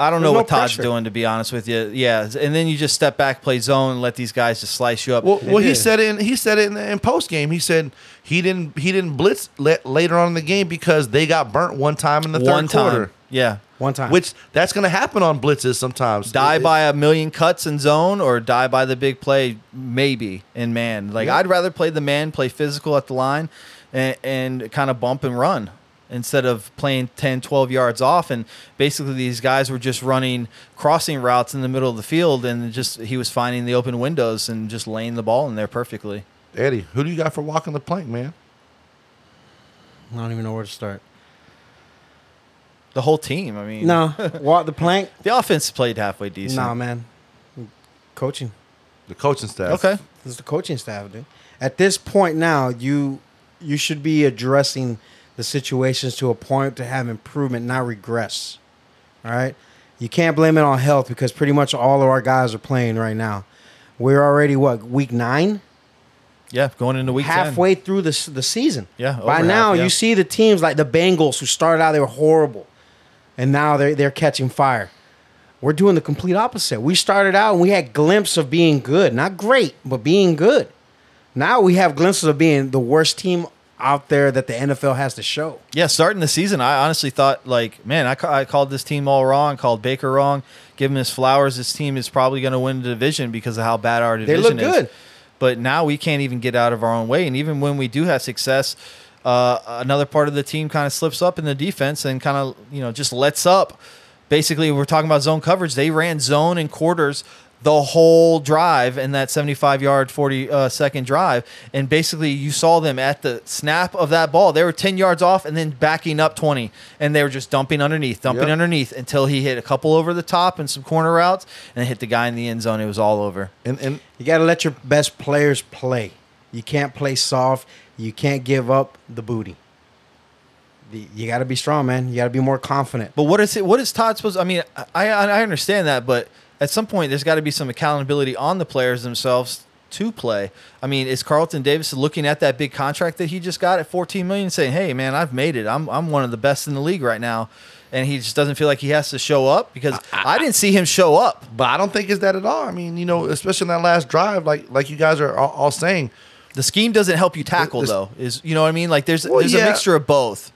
I don't
There's
know
no
what Todd's
pressure.
doing to be honest with you. Yeah, and then you just step back, play zone, let these guys just slice you up.
Well, well he
did.
said in he said it in, in post game. He said he didn't he didn't blitz la- later on in the game because they got burnt one time in the
one
third quarter.
time. Yeah.
One time.
Which that's going to happen on blitzes sometimes.
die
It- it-
by a million cuts in zone or die by the big play maybe in man like
Yeah.
i'd rather play the man play physical at the line and, and kind of bump and run instead of playing 10 12 yards off and basically these guys were just running crossing routes in the middle of the field and just he was finding the open windows and just laying the ball in there perfectly
Eddie, who do you got for walking the plank, man?
I don't even know where to start.
the whole team i mean
No, walk the plank.
the offense played halfway decent
Nah, man. Coaching.
The coaching staff.
okay
This is the coaching staff, dude. At this point now, you you should be addressing the situations to a point to have improvement, not regress. All right. You can't blame it on health because pretty much all of our guys are playing right now. We're already what week nine,
yeah going into week 10.
halfway through the s- the season.
Yeah, over
By
half,
now,
yeah.
you see the teams like the Bengals who started out they were horrible, and now they're they're catching fire. We're doing the complete opposite. We started out and we had glimpses of being good, not great, but being good. Now we have glimpses of being the worst team out there that the NFL has to show.
Yeah, starting the season, I honestly thought like, man, I, ca- I called this team all wrong. Called Baker wrong. Give him his flowers. This team is probably going to win the division because of how bad our
They
division
look
is.
good.
But now we can't even get out of our own way, and even when we do have success, uh, another part of the team kind of slips up in the defense and kind of you know just lets up. Basically, we're talking about zone coverage. They ran zone in quarters the whole drive in that 75 yard 40 uh, second drive and basically you saw them at the snap of that ball they were 10 yards off and then backing up 20 and they were just dumping underneath dumping
Yep.
underneath until he hit a couple over the top and some corner routes and hit the guy in the end zone it was all over
And and
You got to let your best players play. You can't play soft. You can't give up the booty. The- You got to be strong, man. You got to be more confident.
But what is it? What is Todd supposed? I mean, I I, I understand that, but at some point, there's got to be some accountability on the players themselves to play. I mean, is Carlton Davis looking at that big contract that he just got at 14 million, saying, "Hey, man, I've made it. I'm I'm one of the best in the league right now," and he just doesn't feel like he has to show up because I, didn't see him show up.
but I don't think it's that at all. I mean, you know, especially in that last drive, like like you guys are all, all saying.
The scheme doesn't help you tackle
This-
though. Is you know what I mean? Like there's
Well,
there's
yeah.
a mixture of both.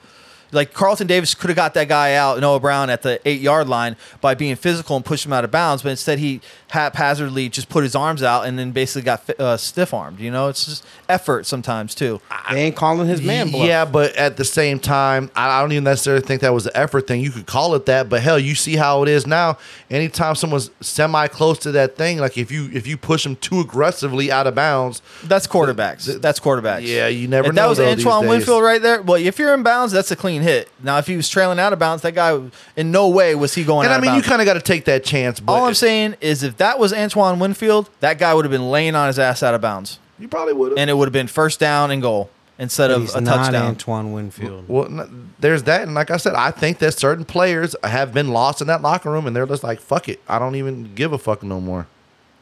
Like Carlton Davis could have got that guy out, Noah Brown, at the eight yard line by being physical and pushed him out of bounds, but instead he haphazardly just put his arms out and then basically got uh, stiff armed. You know, it's just effort sometimes too.
They ain't calling his man bluff.
Yeah, but at the same time, I I don't even necessarily think that was the effort thing. You could call it that, but hell, you see how it is now. Anytime someone's semi close to that thing, like if you if you push them too aggressively out of bounds,
That's quarterbacks. that's quarterbacks.
Yeah, you never
If that
know,
was
though, these
Antoine
days.
Winfield right there, well, if you're in bounds, that's a clean hit. Now, if he was trailing out of bounds, that guy in no way was he going.
and
out
I mean,
of
you
bounds.
kind of got to take that chance. But
All I'm saying is, if that was Antoine Winfield, that guy would have been laying on his ass out of bounds,
you probably would have.
and it would have been first down and goal instead of
He's
a
not
touchdown.
Antoine Winfield.
Well, n- there's that, and like I said, I think that certain players have been lost in that locker room, and they're just like, "Fuck it, I don't even give a fuck no more."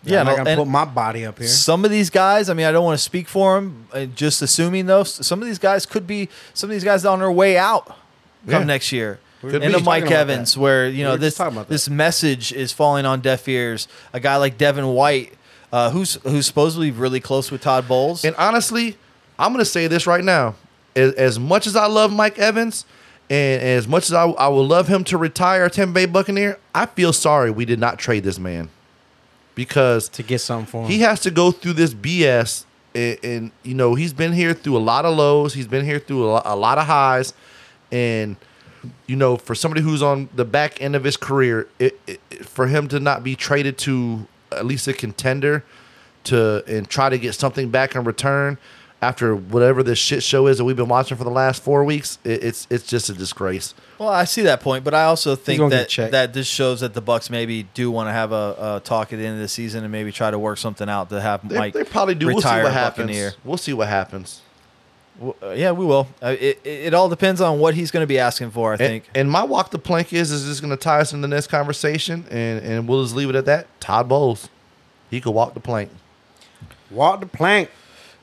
yeah,
I'm
no,
not gonna
and
put my body up here.
some of these guys. I mean, I don't want to speak for them. uh, Just assuming though, s- some of these guys could be some of these guys on their way out come
Yeah.
next year.
Could
and
be.
a Mike
Talking about
Evans,
that.
where you know
were just
this
talking about that.
this message is falling on deaf ears. A guy like Devin White, uh, who's who's supposedly really close with Todd Bowles.
And honestly, I'm gonna say this right now. As, as much as I love Mike Evans, and as much as I, I would love him to retire Tampa Bay Buccaneer, I feel sorry we did not trade this man because
to get something for him.
he has to go through this BS. And, and, you know he's been here through a lot of lows. He's been here through a lot, a lot of highs, and you know for somebody who's on the back end of his career, it, it, it- for him to not be traded to at least a contender to and try to get something back in return after whatever this shit show is that we've been watching for the last four weeks. It, it's it's just a disgrace.
Well, I see that point, but I also think
gonna get
that
checked.
that this shows that the Bucks maybe do want to have a, a talk at the end of the season and maybe try to work something out to have
They,
Mike
they probably do. We'll see
retire
what
a
happens.
Buccaneer.
We'll see what happens.
Well, uh, yeah, we will. Uh, it, it it all depends on what he's going to be asking for. I
And-
think.
And, my walk the plank is is just going to tie us into the next conversation, and and we'll just leave it at that. Todd Bowles, he could walk the plank.
Walk the plank.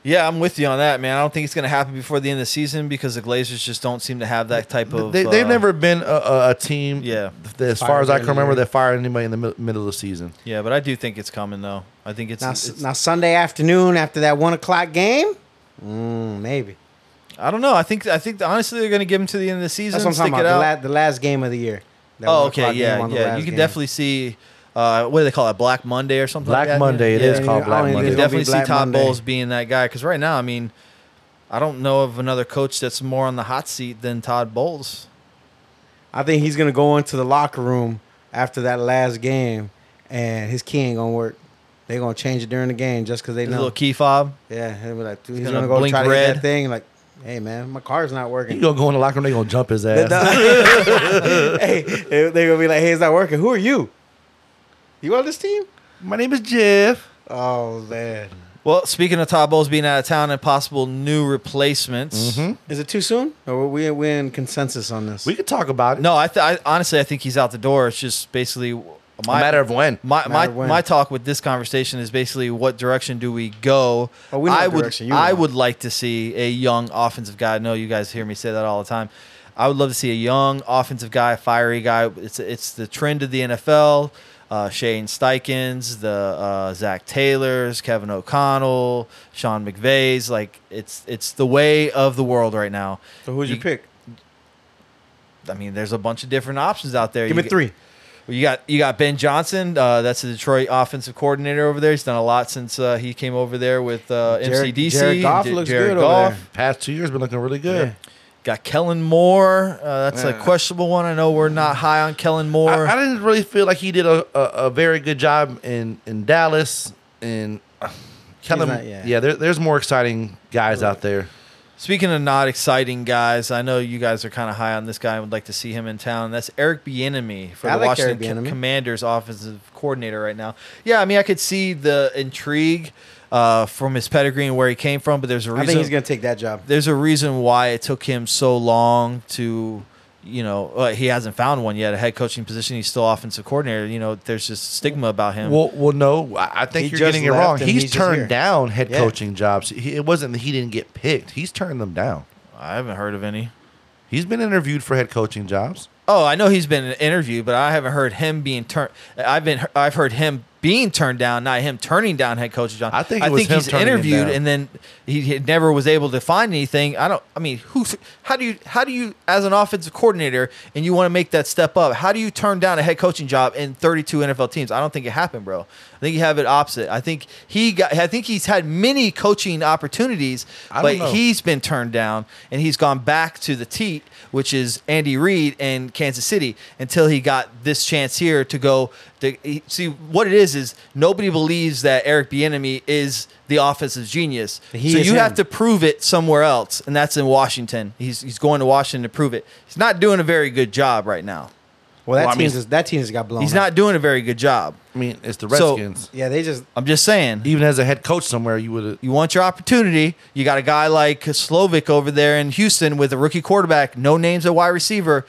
Yeah, I'm with you on that, man. I don't think it's going to happen before the end of the season because the Glazers just don't seem to have that type of.
They,
uh,
they've never been a,
Uh,
a, a team, yeah. As far
Fired
as I can
anybody.
remember, that fired anybody in the mid- middle of the season.
Yeah, but I do think it's coming though. I think it's.
Now,
it's-
now Sunday afternoon after that one o'clock game, mm, maybe.
I don't know. I think. I think honestly, they're going to give him to the end of the season.
That's what I'm
stick
talking about.
it
The,
out.
la- the last game of the year. That
oh,
one
okay,
o'clock game
yeah,
on the
yeah.
last
You can
game.
definitely see. Uh, what do they call it? Black Monday or something.
Black
like that?
Monday, it
It
is
is
called Black Monday.
You
It's
can
gonna
definitely
be
see
Black
Todd
Monday.
Bowles being that guy because right now, I mean, I don't know of another coach that's more on the hot seat than Todd Bowles.
I think he's gonna go into the locker room after that last game, and his key ain't gonna work. They gonna change it during the game just because they
His
know.
little key fob.
Yeah, he'll be like, dude, he's,
gonna
gonna, go
blink
try to get
red.
that thing. Like, hey man, my car's not working.
He gonna go in the locker room. They gonna jump his ass.
*laughs* hey, they- they gonna be like, hey, it's not working. Who are you? You on this team?
My name is Jeff.
Oh man,
Well, speaking of Todd Bowles being out of town and possible new replacements,
is it too soon? Or we we in consensus on this?
we could talk about it.
no, I, th- I honestly I think he's out the door. It's just basically my,
matter of when.
My my,
Matter of when.
my talk with this conversation is basically what direction do we go?
Oh, we know
I
what
would
direction you
I
want.
would like to see a young offensive guy. I know you guys hear me say that all the time. I would love to see a young offensive guy, fiery guy. It's it's the trend of the NFL. Uh, Shane Steichens, the uh, Zach Taylors, Kevin O'Connell, Sean McVay's. Like it's it's the way of the world right now.
So who's your
You-
pick?
I mean, there's a bunch of different options out there.
Give me
You get-
three.
well, you got you got Ben Johnson. Uh, that's the Detroit offensive coordinator over there. He's done a lot since uh, he came over there with uh,
Jared-
MCDC.
Jared Goff
J-
looks
Jared
good over
Goff.
there.
Past two years been looking really good.
Got Kellen Moore. Uh, that's a questionable one. I know we're not high on Kellen Moore.
I, I didn't really feel like he did a, a, a very good job in in Dallas and uh, Kellen.
not- yeah.
yeah, there, there's more exciting guys out there.
Speaking of not exciting guys, I know you guys are kind of high on this guy. I would like to see him in town. That's Eric Bieniemy for
I
the
like Eric
Washington
Bieniemy.
Commanders offensive coordinator right now. Yeah, I mean, I could see the intrigue uh, from his pedigree and where he came from, but there's a reason.
I think he's gonna take that job.
there's a reason why it took him so long to you know uh, he hasn't found one yet a head coaching position he's still offensive coordinator you know there's just stigma about him
Well, well, no, I I think
He
you're
just
getting it
left
wrong.
and
He's,
he's just
turned
here.
down head
Yeah.
coaching jobs. He, it wasn't that he didn't get picked. He's turned them down.
i haven't heard of any
He's been interviewed for head coaching jobs.
oh i know he's been in an interview but i haven't heard him being turned i've been i've heard him being turned down not him turning down head coach john
I think it was him
he's
turning him
interviewed
down.
and then he, he never was able to find anything i don't i mean who how do you how do you as an offensive coordinator and you want to make that step up how do you turn down a head coaching job in 32 nfl teams i don't think it happened bro i think you have it opposite i think he got i think he's had many coaching opportunities
I don't
but
know.
he's been turned down and he's gone back to the teat which is andy reid and kansas city until he got this chance here to go to, he- see what it is is nobody believes that eric Bieniemy is the offensive genius
He
so
is
you have
him.
to prove it somewhere else and that's in washington he's, he's going to washington to prove it he's not doing a very good job right now
Oh,
Well, that
Well, I mean-
team just that team just got blown.
he's
out.
not doing a very good job
I mean, it's the
So-
Redskins.
Yeah, they just
i'm just saying
Even as a head coach somewhere, you would have.
you want your opportunity. You got a guy like Slovic over there in Houston with a rookie quarterback, no names at wide receiver,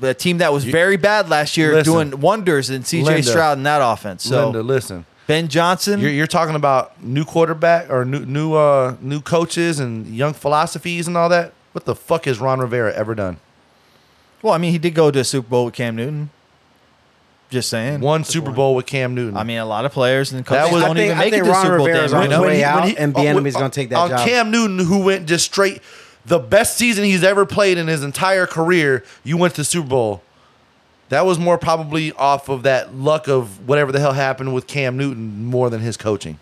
a team that was very bad last year,
Listen.
doing wonders in CJ
Linda.
Stroud in that offense. So
Linda, listen.
Ben Johnson,
You're, you're talking about new quarterback or new new uh, new coaches and young philosophies and all that. What the fuck has Ron Rivera ever done?
well, I mean, he did go to a Super Bowl with Cam Newton. Just saying.
One Super Bowl with Cam Newton.
I mean, a lot of players and
That
coaches
was-
don't
I
think-
even
I
make it
think
to
Ron
Super Bowl.
Rivera's
damn
on
right
his
now.
way out, and
on-
Bieniemy's gonna take that
on
job.
Oh, Cam Newton, who went just straight the best season he's ever played in his entire career. You went to the Super Bowl. That was more probably off of that luck of whatever the hell happened with Cam Newton more than his coaching,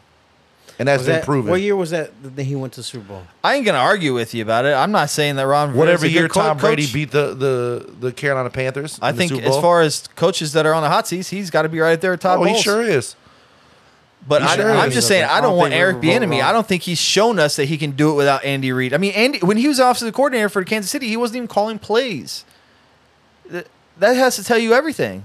and that's
was
been
that-
proven.
What year was that that he went to the Super Bowl?
I ain't gonna argue with you about it. I'm not saying that Ron Rivera's
Whatever
a good
year
co-
Tom Brady
coach.
beat the, the, the Carolina Panthers,
I
in the
think
Super
as
Bowl.
far as coaches that are on the hot seats, he's got to be right there at top.
oh, he sure is.
But
He
I,
sure
am
is.
just saying, I don't, want
think
Eric
we were
Bieniemy.
wrong.
I don't think he's shown us that he can do it without Andy Reid. I mean, Andy when he was offensive coordinator for Kansas City, he wasn't even calling plays. Th- That has to tell you everything.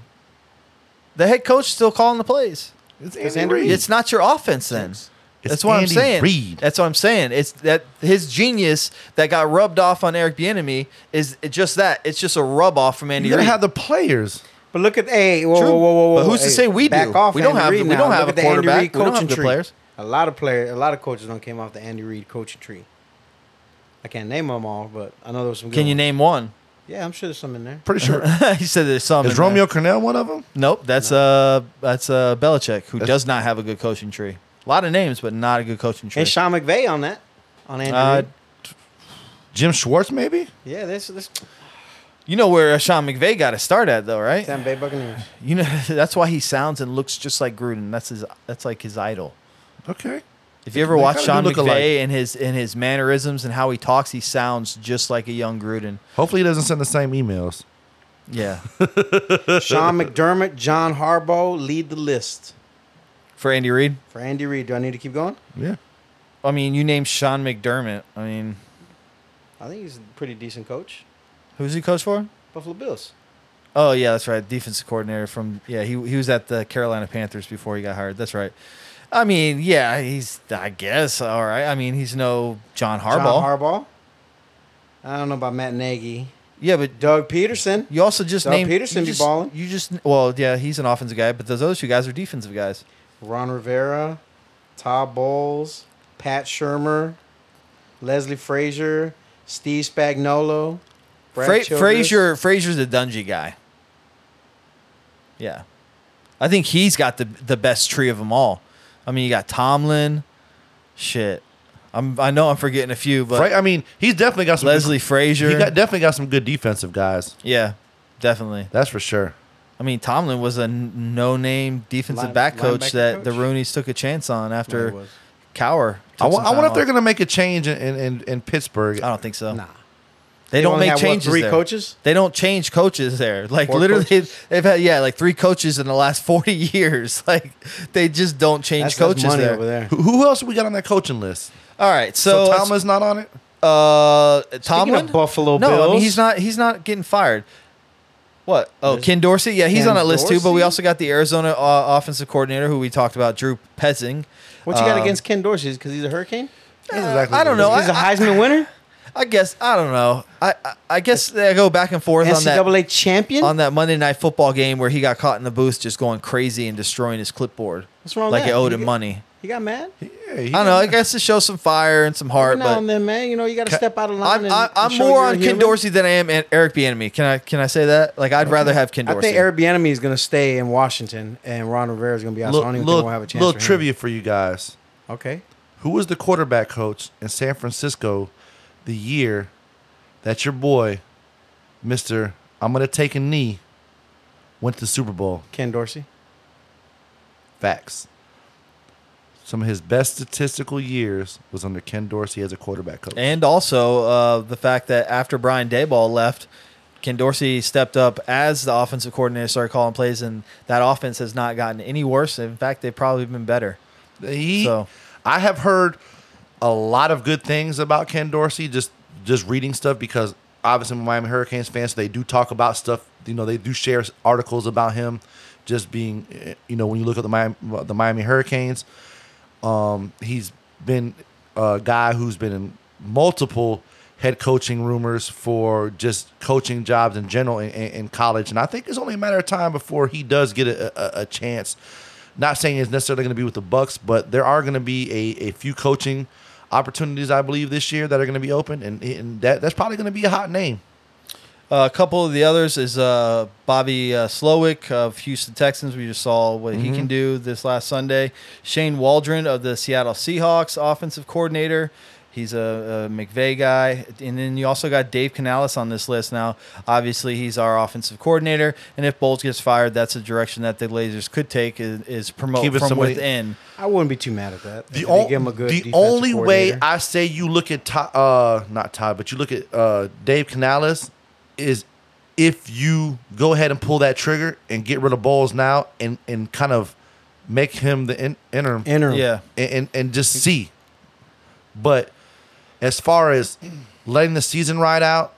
The head coach is still calling the plays.
It's
Andy Reid.
It's not your offense then. That's what
Andy
I'm saying.
Reid.
That's what I'm saying. It's that his genius that got rubbed off on Eric Bieniemy is just that. It's just a rub off from Andy
You gotta
Reid.
have the players.
But look at hey, whoa,
True.
whoa, whoa, whoa,
But
whoa,
who's to
hey,
say we do?
Back off
We don't
Andy
have-
Reed
we
now.
don't have
Look
a
at the Andy
quarterback.
Reid
We don't have
coaching
the
tree.
players.
A lot of players, a lot of coaches don't came off the Andy Reid coaching tree. I can't name them all, but I know there was some. Good
Can you
ones.
name one?
Yeah, I'm sure there's some in there.
Pretty sure.
*laughs* he said there's some. in
Is
there.
Romeo Cornell one of them?
Nope, that's uh that's uh Belichick who
That's-
does not have a good coaching tree. A lot of names, but not a good coaching tree.
And Sean McVay on that, on Andy.
Uh,
Reid.
Jim Schwartz, maybe?
Yeah, this this
you know where Sean McVay got to start at though, right?
Tampa Bay Buccaneers.
You know *laughs* that's why he sounds and looks just like Gruden. That's his that's like his idol.
Okay.
If you ever
They
watch
kinda
Sean
do look alike.
McVay and his and his mannerisms and how he talks, he sounds just like a young Gruden.
Hopefully he doesn't send the same emails.
Yeah. *laughs*
Sean McDermott, John Harbaugh lead the list
For Andy Reid,
for Andy Reid. Do I need to keep going?
Yeah.
I mean, you name Sean McDermott. I mean,
I think he's a pretty decent coach.
who's he coach for?
Buffalo Bills.
Oh yeah, that's right. Defensive coordinator from yeah, he he was at the Carolina Panthers before he got hired. That's right. I mean, yeah, he's I guess all right. I mean, he's no John Harbaugh.
John Harbaugh. I don't know about Matt Nagy.
yeah, but
Doug Peterson.
you also just
Doug
named
Peterson
you
be
just,
balling.
You just well, yeah, he's an offensive guy, but those other two guys are defensive guys.
Ron Rivera, Todd Bowles, Pat Shermer, Leslie Frazier, Steve Spagnolo, Brad
Fra-
Childress.
Frazier Frazier's a Dungy guy. Yeah, I think he's got the the best tree of them all. I mean, you got Tomlin, shit. I'm I know I'm forgetting a few, but
right? I mean, he's definitely got some
Leslie Frazier.
He got, definitely got some good defensive guys.
Yeah, definitely.
That's for sure.
I mean, Tomlin was a n- no-name defensive
Line-
back coach
linebacker
that
coach?
the Roonies took a chance on
There
after
was.
Cower.
I, wa-
want.
I wonder if they're going to make a change in, in, in, in Pittsburgh.
I don't think so.
Nah.
They, don't
only
make
had, what,
changes.
three
there.
coaches?
They don't change coaches there. Like
Four
literally,
coaches?
*laughs* they've had yeah, like three coaches in the last *laughs* forty years. Like they just don't change
That's, that's
coaches
money
there.
over there.
Who- Who else we got on that coaching list?
All right,
So,
so, let's-
Tomlin's not on it.
uh, Tomlin,
of Buffalo
No, I mean
Bills.
he's not. He's not getting fired. What? Oh, Ken Dorsey. Yeah, he's
Ken
on that list too. But we
Dorsey?
also got the Arizona uh, offensive coordinator who we talked about, Drew Pezzing.
What you got
Um, uh,
against Ken Dorsey? Because he's a Hurricane.
exactly
I don't know.
he's a
I-
Heisman winner.
I guess I don't know. I I, I guess I go back and forth on that
NCAA champion.
*laughs* on that Monday night football game where he got caught in the booth just going crazy and destroying his clipboard.
What's wrong with
Like
that?
it owed him
He-
money.
he got mad.
Yeah, he-
I don't know. I guess to show some fire and some heart,
Every now
but
and then, man, you know you got to step out of line.
I'm,
and-
I'm,
and
I'm
show
more
you're a
on Ken
human.
Dorsey than I am An- Eric Bieniemy. Can I can I say that? Like I'd rather have Ken
I
Dorsey.
think Eric Bieniemy is going to stay in Washington, and Ron Rivera is going to be out. so I
Little,
don't even
little-
think we'll have a chance.
little
for him.
trivia for you guys.
Okay.
Who was the quarterback coach in San Francisco the year that your boy, Mister, I'm gonna take a knee, went to the Super Bowl?
Ken Dorsey.
Facts. Some of his best statistical years was under Ken Dorsey as a quarterback coach.
And also uh, the fact that after Brian Dayball left, Ken Dorsey stepped up as the offensive coordinator, started calling plays, and that offense has not gotten any worse. In fact, they've probably been better.
He,
So-
I have heard a lot of good things about Ken Dorsey. Just just reading stuff because obviously I'm a Miami Hurricanes fan, so they do talk about stuff. You know, they do share articles about him. Just being, eh, you know, when you look at the Miami, the Miami Hurricanes, um, he's been a guy who's been in multiple head coaching rumors for just coaching jobs in general in, in, in college. And I think it's only a matter of time before he does get a, a, a chance. Not saying it's necessarily going to be with the Bucks, but there are going to be a, a few coaching opportunities, I believe, this year that are going to be open. And, and that, that's probably going to be a hot name.
Uh, a couple of the others is uh, Bobby uh, Slowick of Houston Texans. We just saw what he can do this last Sunday. Shane Waldron of the Seattle Seahawks, offensive coordinator. He's a, a McVay guy. And then you also got Dave Canales on this list now. Obviously, he's our offensive coordinator. And if Bowles gets fired, that's a direction that the Blazers could take is, is promote
Keep it
from
somebody-
within.
I wouldn't be too mad at that.
The,
If
on-
they give him a good
the
defensive
only way
coordinator.
I say you look at Ty, uh not Todd, but you look at uh Dave Canales is if you go ahead and pull that trigger and get rid of balls now and and kind of make him the in- interim.
Interim. Yeah.
And, and and just see. But as far as letting the season ride out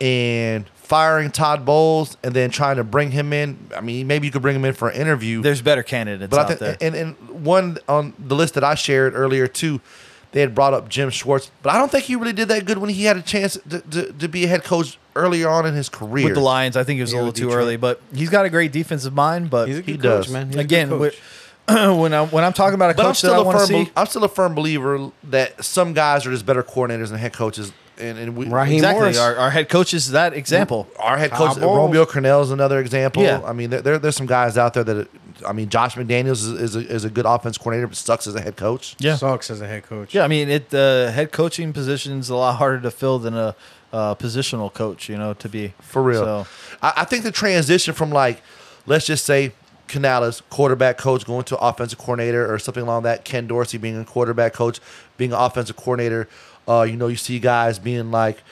and firing Todd Bowles and then trying to bring him in, I mean, maybe you could bring him in for an interview.
There's better candidates
But I
out
think,
there.
and, and one on the list that I shared earlier too, they had brought up Jim Schwartz, but I don't think he really did that good when he had a chance to, to, to be a head coach earlier on in his career.
With the Lions, I think it was a
Yeah,
little
with
too
Detroit.
early, but he's got a great defensive mind. But
He's a good He coach, does. man. He's a good
Again,
coach.
we're- when *clears throat* I'm when I'm talking about a
But I'm
coach that I
still a
want to
firm.
see,
bel- I'm still a firm believer that some guys are just better coordinators than head coaches. And, and we,
exactly. Our, our head coach is that example.
Our head coach Romeo Cornell is another example.
Yeah.
I mean, there, there there's some guys out there that I mean, Josh McDaniels is, is, a, is a good offense coordinator, but sucks as a head coach.
Yeah.
Sucks as a head coach.
Yeah, I mean, it the head coaching position is a lot harder to fill than a, uh positional coach. You know, to be
For real.
So,
I, I think the transition from like, let's just say Canales, quarterback coach, going to offensive coordinator or something along that. Ken Dorsey being a quarterback coach, being an offensive coordinator. Uh, you know, you see guys being like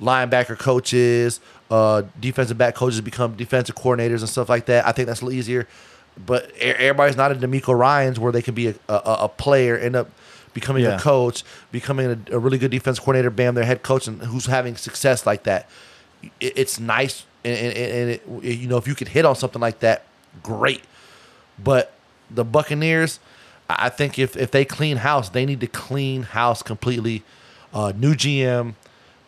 linebacker coaches, uh, defensive back coaches become defensive coordinators and stuff like that. I think that's a little easier. But e- everybody's not in D'Amico Ryan's where they can be a, a, a player, end up becoming
Yeah.
a coach, becoming a, a really good defense coordinator, bam, their head coach, and who's having success like that it, it's nice and, and, and it, you know if you could hit on something like that great but the buccaneers i I think if, if they clean house they need to clean house completely uh, new gm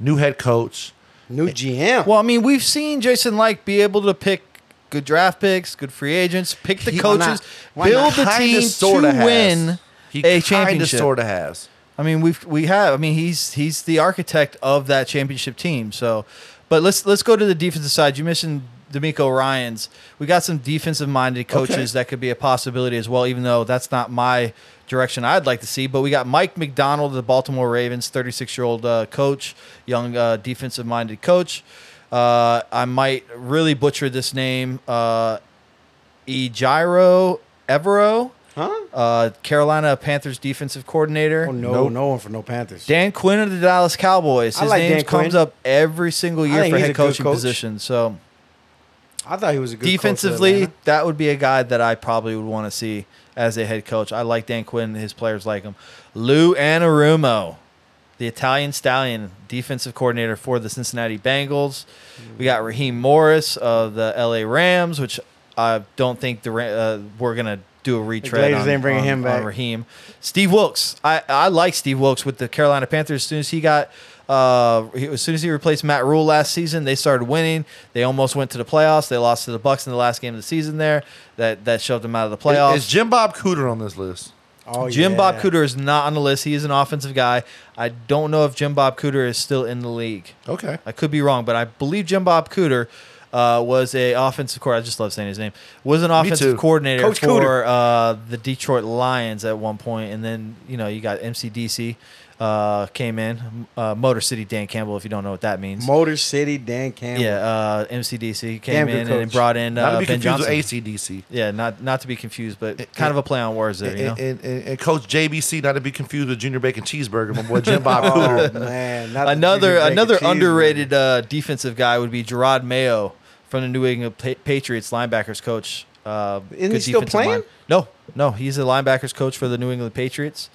new head coach
New GM.
well, I mean, we've seen Jason Like be able to pick good draft picks, good free agents, pick the
He-
why not?
coaches,
Why
build
not?
the
Kinda,
team
sorta
to
has.
win
he
a
kind of
championship.
sort of has
I mean, we've we have. I mean, he's he's the architect of that championship team. So, but let's let's go to the defensive side. You mentioned D'Amico Ryan's. We got some defensive minded coaches
Okay.
that could be a possibility as well. Even though that's not my direction, I'd like to see. But we got Mike McDonald of the Baltimore Ravens, thirty six year old uh, coach, young uh, defensive minded coach. Uh, I might really butcher this name. Uh, Ejiro Evero,
Huh?
uh, Carolina Panthers defensive coordinator.
Oh, no,
Nope.
no one for no Panthers.
Dan Quinn of the Dallas Cowboys.
I
His
like
name
Dan
comes
Quinn.
up every single
I
year
think
for
he's
head
a good
coaching
coach.
position. So
I thought he was a good coach for
defensively,
Atlanta.
that would be a guy that I probably would want to see as a head coach. I like Dan Quinn. His players like him. Lou Anarumo, the Italian stallion, defensive coordinator for the Cincinnati Bengals. We got Raheem Morris of the LA Rams, which I don't think the Ra- uh, we're gonna do a retread.
Glazers
on-
ain't bringing
on-
him back.
on Raheem. Steve Wilkes. I, I like Steve Wilkes with the Carolina Panthers. As soon as he got, uh, he- as soon as he replaced Matt Rule last season, they started winning. They almost went to the playoffs. They lost to the Bucks in the last game of the season. There, that that shoved them out of the playoffs.
is, is jim bob cooter on this list
Oh,
Jim
yeah.
Bob Cooter is not on the list. He is an offensive guy. I don't know if Jim Bob Cooter is still in the league.
Oh.
okay
I could be wrong, but I believe Jim Bob Cooter uh, was a offensive coordinator. I just love saying his name. Was an offensive
too.
coordinator
Coach
for
Cooter.
uh, the Detroit Lions at one point, and then you know you got MCDC uh, came in uh, Motor City Dan Campbell. If you don't know what that means,
Motor City, Dan Campbell.
yeah, uh, MCDC came
Damn good
in and
coach.
brought in
not to
uh,
be
Ben
confused
Johnson.
with acdc
Yeah, not not to be confused, but kind of a play on words there. You know?
and, and, and, and coach jbc not to be confused with junior bacon cheeseburger my boy jim bob
*laughs* Oh,
cooter
man. not the
another
Junior Bacon
another
cheeseburger.
underrated uh, defensive guy would be Gerard Mayo from the New England Pa- Patriots linebackers coach. Uh,
Isn't
good
he still
defensive
playing?
line- No, no, he's a linebackers coach for the New England Patriots.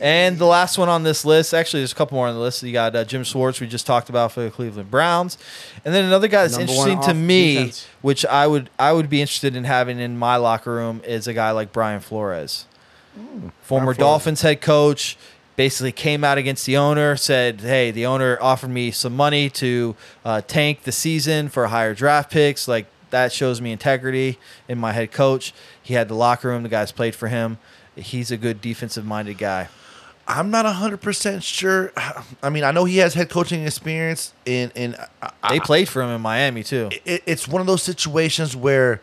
And the last one on this list, actually, there's a couple more on the list. You got uh, Jim Schwartz, we just talked about for the Cleveland Browns, and then another guy that's
Number one
interesting to
off
me,
defense.
which I would I would be interested in having in my locker room, is a guy like Brian Flores former Dolphins head coach, basically came out against the owner, said, "Hey, the owner offered me some money to uh, tank the season for higher draft picks. Like that shows me integrity in my head coach. He had the locker room. The guys played for him. He's a good defensive-minded guy.
I'm not 100% sure. *sighs* I mean, I know he has head coaching experience, and, and I,
They played for him in Miami too.
it, it's one of those situations where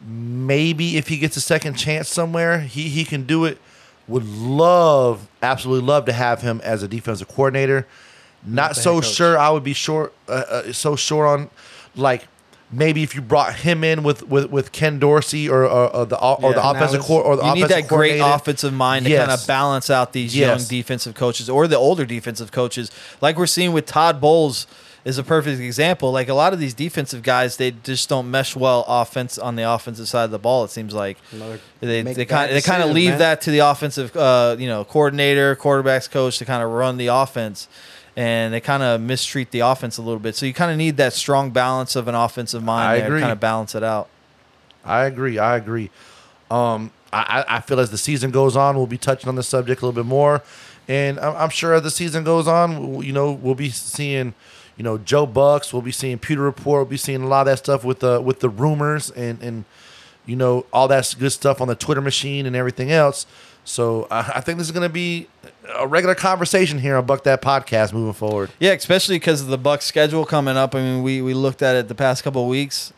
maybe if he gets a second chance somewhere, he, he can do it. Would love, absolutely love to have him as a defensive coordinator. Not so sure. I would be sure, uh, uh, so sure on, like maybe if you brought him in with with, with Ken Dorsey or, or, or the or the
Yeah.
offensive
Canales.
core or the
You need
offensive
that great
coordinator.
offensive mind to
Yes.
kind of balance out these
Yes.
young defensive coaches or the older defensive coaches, like we're seeing with Todd Bowles is a perfect example. Like a lot of these defensive guys, they just don't mesh well offense on the offensive side of the ball. It seems like
Another
they
make
they
bad
kind they kind of
decisions,
leave
man.
that to the offensive uh, you know coordinator, quarterbacks coach to kind of run the offense. And they kind of mistreat the offense a little bit, so you kind of need that strong balance of an offensive mind.
I
there
agree.
To kind of balance it out.
I agree. I agree. Um, I, I I feel as the season goes on, we'll be touching on the subject a little bit more, and I'm, I'm sure as the season goes on, w- you know, we'll be seeing, you know, Joe Bucks. We'll be seeing Pewter Report. We'll be seeing a lot of that stuff with the with the rumors and and you know all that good stuff on the Twitter machine and everything else. So I, I think this is going to be a regular conversation here on Buck That Podcast moving forward.
Yeah, especially because of the Bucks schedule coming up. I mean, we we looked at it the past couple of weeks,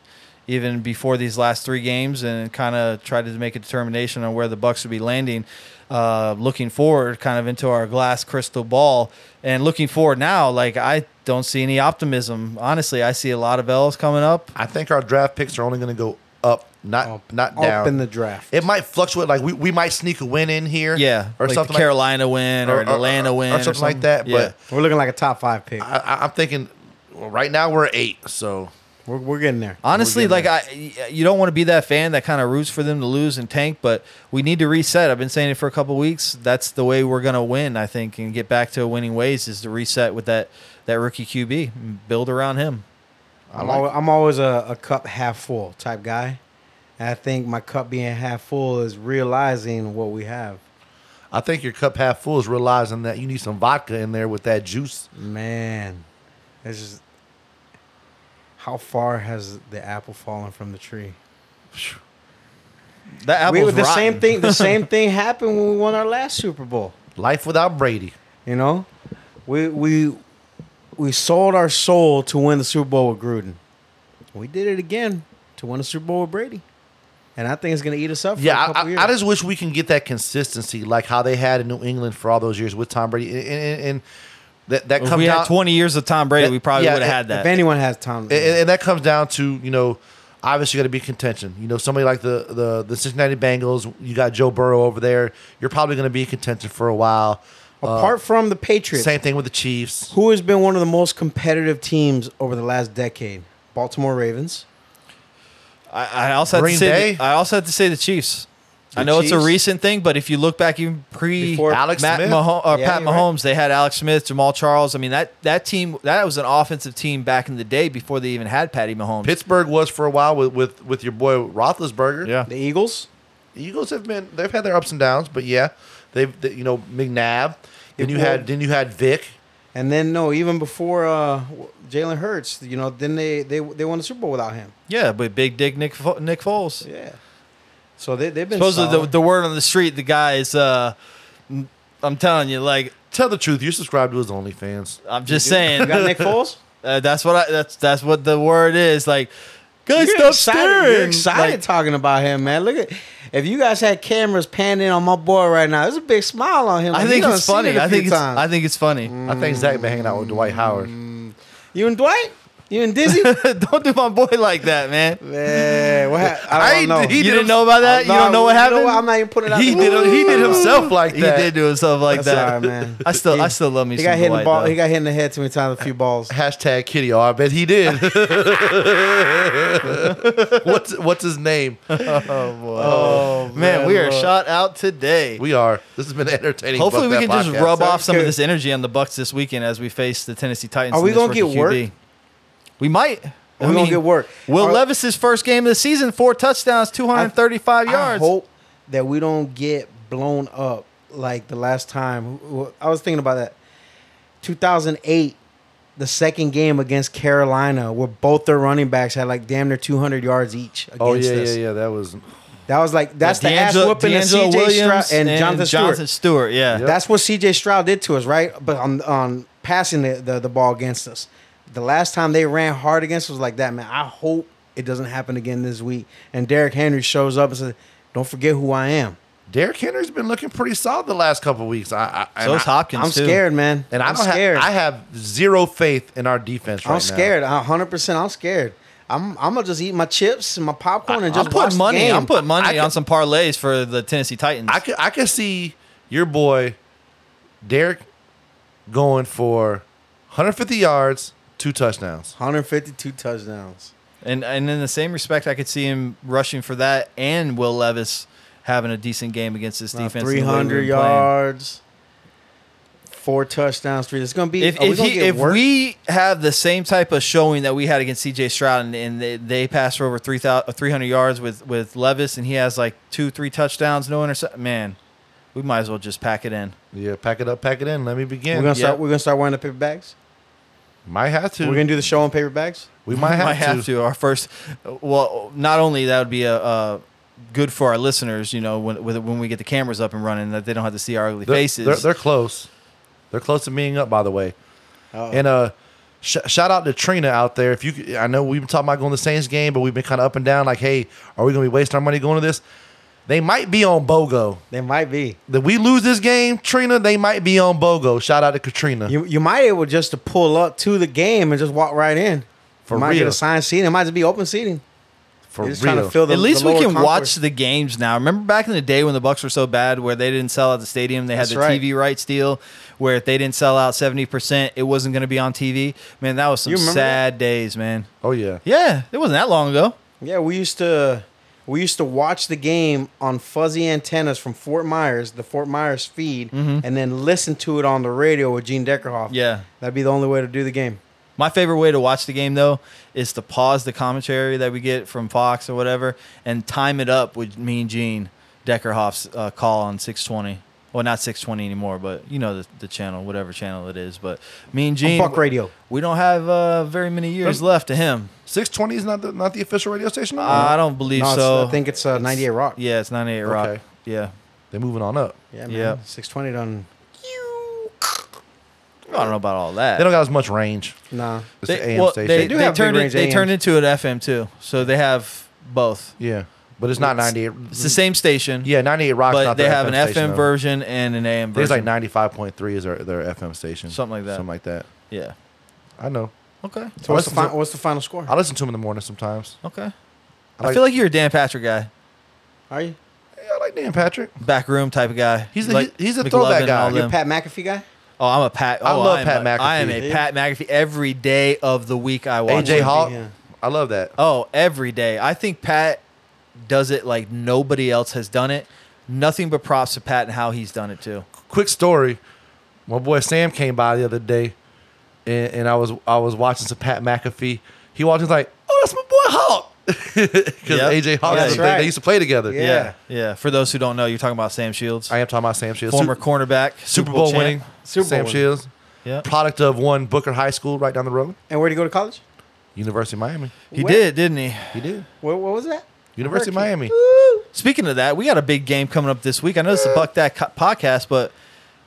even before these last three games, and kind of tried to make a determination on where the Bucks would be landing, uh, looking forward, kind of into our glass crystal ball, and looking forward now. Like I don't see any optimism. Honestly, I see a lot of L's coming up.
I think our draft picks are only going to go up, not not
Up
down.
in the draft.
It might fluctuate. Like we, we might sneak a win in here.
Yeah,
or
like
something.
The Carolina win or,
Or-
an
or-
Atlanta
or- or
win
something like that,
Yeah.
but-
We're looking like a top five pick.
Like, I, I- I'm thinking. Well, right now we're at eight. So
We're, we're getting there.
Honestly, like I, you don't want to be that fan that kind of roots for them to lose and tank, but we need to reset. I've been saying it for a couple weeks. That's the way we're gonna win, I think, and get back to winning ways is to reset with that that rookie QB, and build around him.
I'm, al- I'm always a, a cup half full type guy. And I think my cup being half full is realizing what we have.
I think your cup half full is realizing that you need some vodka in there with that juice.
Man, it's just how far has the apple fallen from the tree?
That
We,
apple
the same thing. The *laughs* same thing happened when we won our last Super Bowl.
Life without Brady.
You know, we we we sold our soul to win the Super Bowl with Gruden. We did it again to win the Super Bowl with Brady, and I think it's going to eat us up. For
Yeah,
a couple
I,
years.
I, I just wish we can get that consistency, like how they had in New England for all those years with Tom Brady, and, and, and that that
If
comes
we
down.
had 20 years of Tom Brady,
Yeah,
we probably
yeah,
would have had
if
that.
anyone has time,
and,
Mm.
and- and that comes down to you know obviously got to be contention you know somebody like the, the the cincinnati bengals you got joe burrow over there you're probably going to be in contention for a while Uh,
apart from the Patriots,
same thing with the chiefs
who has been one of the most competitive teams over the last decade, Baltimore Ravens.
I, I also have to
Green
say.
Bay?
The, I also have to say the Chiefs. I know it's
Chiefs?
a recent thing, but if you look back even pre
Before
Alex
Matt
Smith?
Maho- or
Yeah,
Pat
you're right.
Mahomes, they had Alex Smith, Jamal Charles. I mean that that team that was an offensive team back in the day before they even had Patty Mahomes.
pittsburgh was for a while with with, with your boy roethlisberger
Yeah.
The Eagles.
the eagles have been they've had their ups and downs but yeah they've they- you know mcnabb then
It
you
will-
had then you had vic
And then no, even before uh, Jalen Hurts, you know, then they, they they won the Super Bowl without him.
Yeah, but big dick Nick Fo- Nick Foles.
Yeah. So they they've been
Supposedly the,
solid.
the word on the street, the guy is. Uh, n- I'm telling you, like
tell the truth you're subscribed to his onlyfans
I'm just saying.
You got Nick
*laughs*
Foles.
uh, that's what I. That's that's what the word is. Like, guys,
You're
stop
excited, you're
staring.
excited
Like,
talking about him, man. Look at if you guys had cameras panning on my boy right now, there's a big smile on him.
I
Like,
think
he done
it's
seen
funny.
it a
I
few
think it's,
times.
I think it's funny.
i think zach been hanging out with dwight howard
you and Dwight, you and Dizzy.
*laughs* don't do my boy like that, man.
man, what hap- I don't
ain't-
know.
he
you
did
didn't
him-
know about that.
No,
you don't know what happened.
what? I'm not even putting it out.
he
there.
did he did himself like
he
that
did do himself like
That's
that,
all right, man.
I still,
He-
I still love me.
He
some
got hit in the
Dwight,
ball.
though.
He got hit in the head too many times. A few balls.
Hashtag Kitty. Oh, I bet he did. *laughs* what's what's his
*laughs*
name?
oh man, we are shot out today.
We are. This has been entertaining.
Hopefully, we
Buck
can
That
just
Podcast.
rub off some of
good.
this energy on the Bucks this weekend as we face the Tennessee Titans.
Are
in
we
this
gonna get
rookie QB.
worked?
We might.
Are we gonna get worked?
Will
Are-
Levis's first game of the season, four touchdowns, two hundred thirty-five yards.
I hope that we don't get blown up like the last time. Wh- wh- I was thinking about that. 2008, the second game against Carolina, where both their running backs had like damn near 200 yards each against
Oh yeah, yeah,
us.
yeah. That was.
That was like that's the ass
D'Angelo-
whooping that
D'Angelo
CJ
Williams
Stroud and, Jonathan Stewart.
Stewart, yeah.
That's what CJ Stroud did to us, right? But on on passing the, the, the ball against us. The last time they ran hard against us was like that, man. I hope it doesn't happen again this week. And Derrick Henry shows up and says, Don't forget who I am.
Derrick Henry's been looking pretty solid the last couple of weeks. I, I and
So is
I-
Hopkins.
I'm
too.
scared, man.
And I
I'm
don't have.
scared.
I have zero faith in our defense right
I'm scared. A hundred percent. I'm scared. I'm I'm gonna just eat my chips and my popcorn and just
I'm
watch
putting
the
money.
game.
I'm putting money
I could-
on some parlays for the Tennessee Titans.
now. I could. I could see your boy, Derrick, going for 150 yards, Two touchdowns.
152 touchdowns.
And and in the same respect, I could see him rushing for that and Will Levis having a decent game against this
Now,
defense. and the way
300
we've been playing.
Uh, yards, four touchdowns, three. It's going to be.
If,
are we
if,
gonna
he,
get
if
work?
we have the same type of showing that we had against CJ Stroud and, and they, they pass for over 3,000 300 yards with, with Levis and he has like two, three touchdowns, no intercept, man, we might as well just pack it in.
Yeah, pack it up, pack it in. Let me begin.
we're gonna start,
yeah.
we're gonna start wearing the paper bags.
might have to.
We're gonna do the show on paper bags.
we
*laughs*
might have,
might have to. Our first, well, not only that would be a, a good for our listeners, you know, when with- when we get the cameras up and running, that they don't have to see our ugly
They're,
faces.
They're, they're close. They're close to meeting up, by the way. And uh, sh- shout out to Trina out there. If you, c- I know we've been talking about going to the Saints game, but we've been kind of up and down. Like, hey, are we gonna be wasting our money going to this? They might be on Bogo.
They might be.
That we lose this game, Trina, they might be on Bogo. Shout out to Katrina.
You you might able just to pull up to the game and just walk right in.
For
you might get
real.
assigned seating. It might just be open seating.
for
You're just trying to fill the.
At least
the
we
lower
can watch
concourse.
the games now. Remember back in the day when the Bucks were so bad, where they didn't sell out the stadium, they had
That's
the
right.
TV rights deal, where if they didn't sell out seventy percent, it wasn't going to be on TV. Man, that was some
You remember
sad days, man.
oh yeah.
Yeah, it wasn't that long ago.
Yeah, we used to we used to watch the game on fuzzy antennas from Fort Myers, the Fort Myers feed, and then listen to it on the radio with Gene Deckerhoff.
Yeah.
that'd be the only way to do the game.
My favorite way to watch the game though is to pause the commentary that we get from Fox or whatever and time it up with me and Gene Deckerhoff's uh, call on 620. Well, not 620 anymore, but you know the, the channel, whatever channel it is. But me and Gene,
Buck Radio.
We don't have uh, very many years left to him. Uh,
Six twenty is not the not the official radio station.
I don't believe
No, it's-
so.
I think it's uh, 98 Rock.
yeah, it's 98 Rock.
Okay.
Yeah,
They're moving on up.
yeah,
yeah.
620 done.
I don't know about all that.
They don't got as much range.
Nah,
It's the
They,
AM
well,
station.
they,
do
they
have big
turned it,
range
they
AMs.
turned into an FM too, so they have both.
yeah, but it's not ninety eight.
It's the same station.
Yeah, ninety eight Rock's
but
not
they
their
have an
station,
FM
though.
version and an AM
There's like
version.
ninety five point three is their, their FM station.
Something like that.
Something like that.
Yeah.
I know.
Okay.
so what's the,
listen
fi-
to-
what's the final score?
I listen to him in the morning sometimes.
Okay.
I,
I feel like you're a Dan Patrick guy,
Are you?
yeah, I like Dan Patrick.
back room type of guy.
He's a-
Like
he's a
McLovin
throwback
and
guy.
all
You're
them.
Pat McAfee guy?
oh, I'm a Pat. Oh,
I love
am
Pat
a-
McAfee.
I am a
Yeah.
Pat McAfee every day of the week. I watch
AJ
him.
Hawk.
yeah.
I love that.
Oh, every day. I think Pat does it like nobody else has done it. Nothing but props to Pat and how he's done
*laughs*
it too.
Quick story. My boy Sam came by the other day, and, and I was I was watching some Pat McAfee. He walked in like, "Oh, that's my boy Hawk," because
Yep.
AJ Hawk.
That's
they,
Oh, right.
they used to play together.
Yeah.
Yeah. For those who don't know, you're talking about Sam Shields,
I am talking about Sam Shields,
former
Su-
cornerback,
Super Bowl
champ.
winning
Super
Sam
Bowl winning.
Shields,
Yeah.
product of one Booker High School right down the road,
And where'd he go to college?
University of Miami.
He
Where-
did, didn't he?
He did
What, what was that?
University of Miami.
Speaking of that, we got a big game coming up this week. I know it's a Buck That co- podcast, but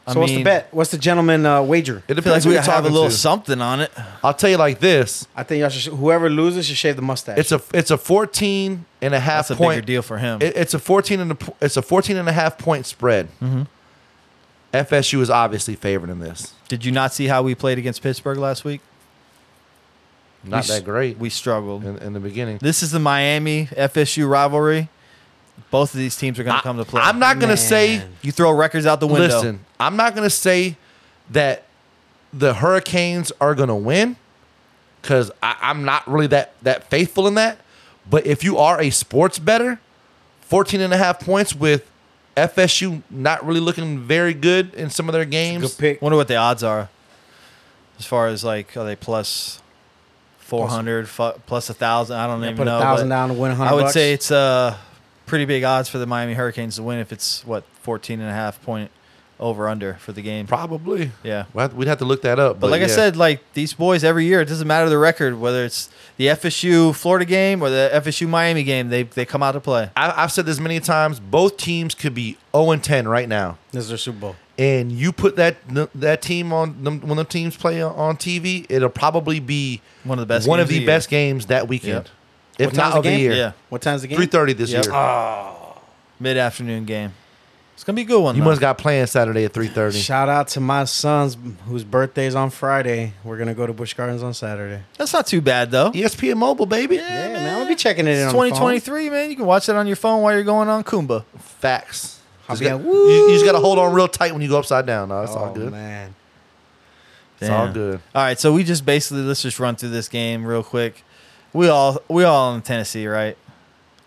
I
So what's
mean,
the bet? What's the gentleman uh,
It
wager?
I feel like
depends who
we
you're
have a
talking
little
to.
something on it.
I'll tell you like this.
I think y'all should, whoever loses should shave the mustache.
It's a it's a 14 and a half
That's a
point
bigger deal for him.
It, it's a 14 and a, p- it's a 14 and a half point spread.
Mm-hmm.
FSU is obviously favored in this.
Did you not see how we played against Pittsburgh last week?
Not
We s-
that great
We struggled.
in, in the beginning.
This is the Miami FSU rivalry. Both of these teams are going to come to play.
I'm not going to say
Man.
You throw records out the window.
listen, I'm not going to say that the Hurricanes are going to win cuz I'm not really that that faithful in that, but if you are a sports better, 14 and a half points with FSU not really looking very good in some of their games.
Good pick.
Wonder what the odds are, as far as like are they plus four hundred, fu- plus a thousand? I don't even
put
know. but
$1,000 down to win
I
100
would
bucks.
say it's uh pretty big odds for the Miami Hurricanes to win if it's what 14 and a half point over under for the game.
Probably.
Yeah.
We'll have- We'd have to look that up. But,
But like I
yeah.
said, like these boys every year, it doesn't matter the record, whether it's the FSU Florida game or the FSU Miami game, they they come out to play.
I, I've said this many times. Both teams could be 0 and 10 right now,
this is their Super Bowl.
and you put that that team on them, when the teams play on TV, it'll probably be
One of the best
one
games
of
of
the
the
best games that weekend,
Yep.
if
What time's
not
the
of the
game?
year.
Yeah,
What time's the game? Ah.
Three thirty this
Yep.
year.
mid afternoon game. It's gonna be a good one.
you
though.
must got plans Saturday at three thirty.
Shout out to my sons whose birthday's on Friday. We're gonna go to Busch Gardens on Saturday.
That's not too bad though.
ESPN Mobile, baby.
Yeah, man, I'm gonna be checking it in.
It's
on the phone.
2023, man. You can watch that on your phone while you're going on Kumba.
Facts.
I'll
Just
be
got-
like,
you, you just got to hold on real tight when you go upside down. No, it's all
Oh,
good.
man.
It's all good.
All right, so we just basically let's just run through this game real quick. We all we all in Tennessee, right?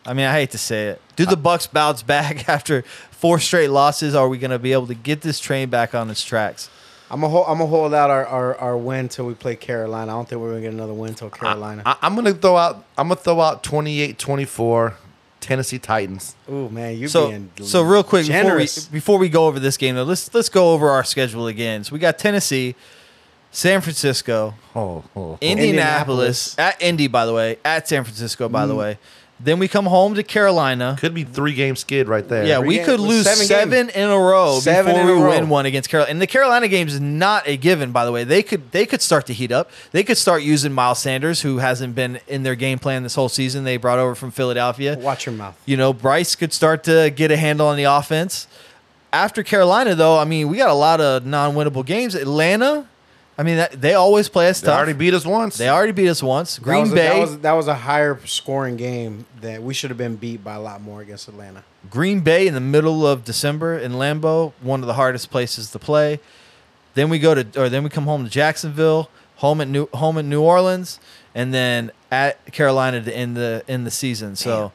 I mean, I hate to say it. Do the Bucks bounce back *laughs* after four straight losses? Are we going to be able to get this train back on its tracks?
I'm gonna hold, I'm gonna hold out our, our, our win till we play Carolina. I don't think we're gonna get another win till Carolina.
I, am gonna throw out. I'm gonna throw out 28-24 Tennessee Titans.
Ooh man, you're
so
being
so real quick before we,
generous.
before we go over this game though, let's let's go over our schedule again. So we got Tennessee, San Francisco,
Oh, oh, oh.
Indianapolis, at Indy by the way, at San Francisco by
Mm.
the way. Then we come home to Carolina.
could be three game skid right there.
Yeah, we
games-
could lose
seven
seven, in a row
Seven
before
in
we
a row.
win one against Carolina. And the Carolina game is not a given, by the way. They could they could start to heat up. They could start using Miles Sanders, who hasn't been in their game plan this whole season. They brought over from Philadelphia.
watch your mouth.
You know, Bryce could start to get a handle on the offense. After Carolina, though, I mean, we got a lot of non-winnable games. Atlanta, I mean, that, they always play us
they
tough.
already beat us once.
they already beat us once.
that
Green
was, a-
Bay,
That was, that was a higher scoring game that we should have been beat by a lot more against Atlanta.
Green Bay in the middle of December in Lambeau, one of the hardest places to play. Then we go to, or then we come home to Jacksonville, home at New, home in New Orleans, and then at Carolina to end the end the season. So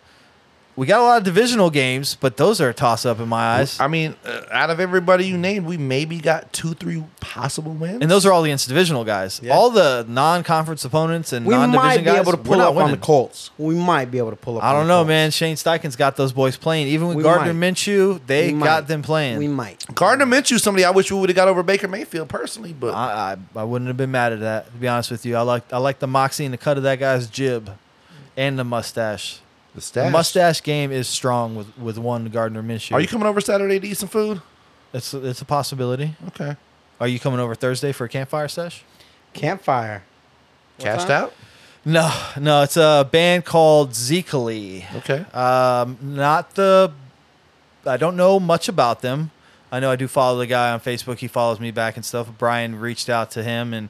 we got a lot of divisional games, but those are a toss up in my eyes.
I mean, uh, out of everybody you named, we maybe got two, three possible wins.
And those are all against divisional guys.
Yeah.
All the non-conference opponents and
We might
non-division
be
guys.
able to
we're
pull
not
up on
winning.
the Colts. We might be able to pull up.
I
on
don't
the
know,
Colts.
man. Shane Steichen's got those boys playing. Even with
We
Gardner
might.
Minshew, they
We might.
got them playing.
We might.
Gardner Minshew, somebody I wish we would have got over Baker Mayfield personally, but
I, I I wouldn't have been mad at that. To be honest with you, I like I like the moxie and the cut of that guy's jib, and the mustache.
the
The
stash.
mustache game is strong with, with one Gardner Minshew.
Are you coming over Saturday to eat some food?
It's it's a possibility.
Okay.
Are you coming over Thursday for a campfire sesh?
Campfire.
Cashed
time?
out.
No, no. It's a band called Zekali.
Okay.
Um, not the. I don't know much about them. I know I do follow the guy on Facebook. He follows me back and stuff. Brian reached out to him, and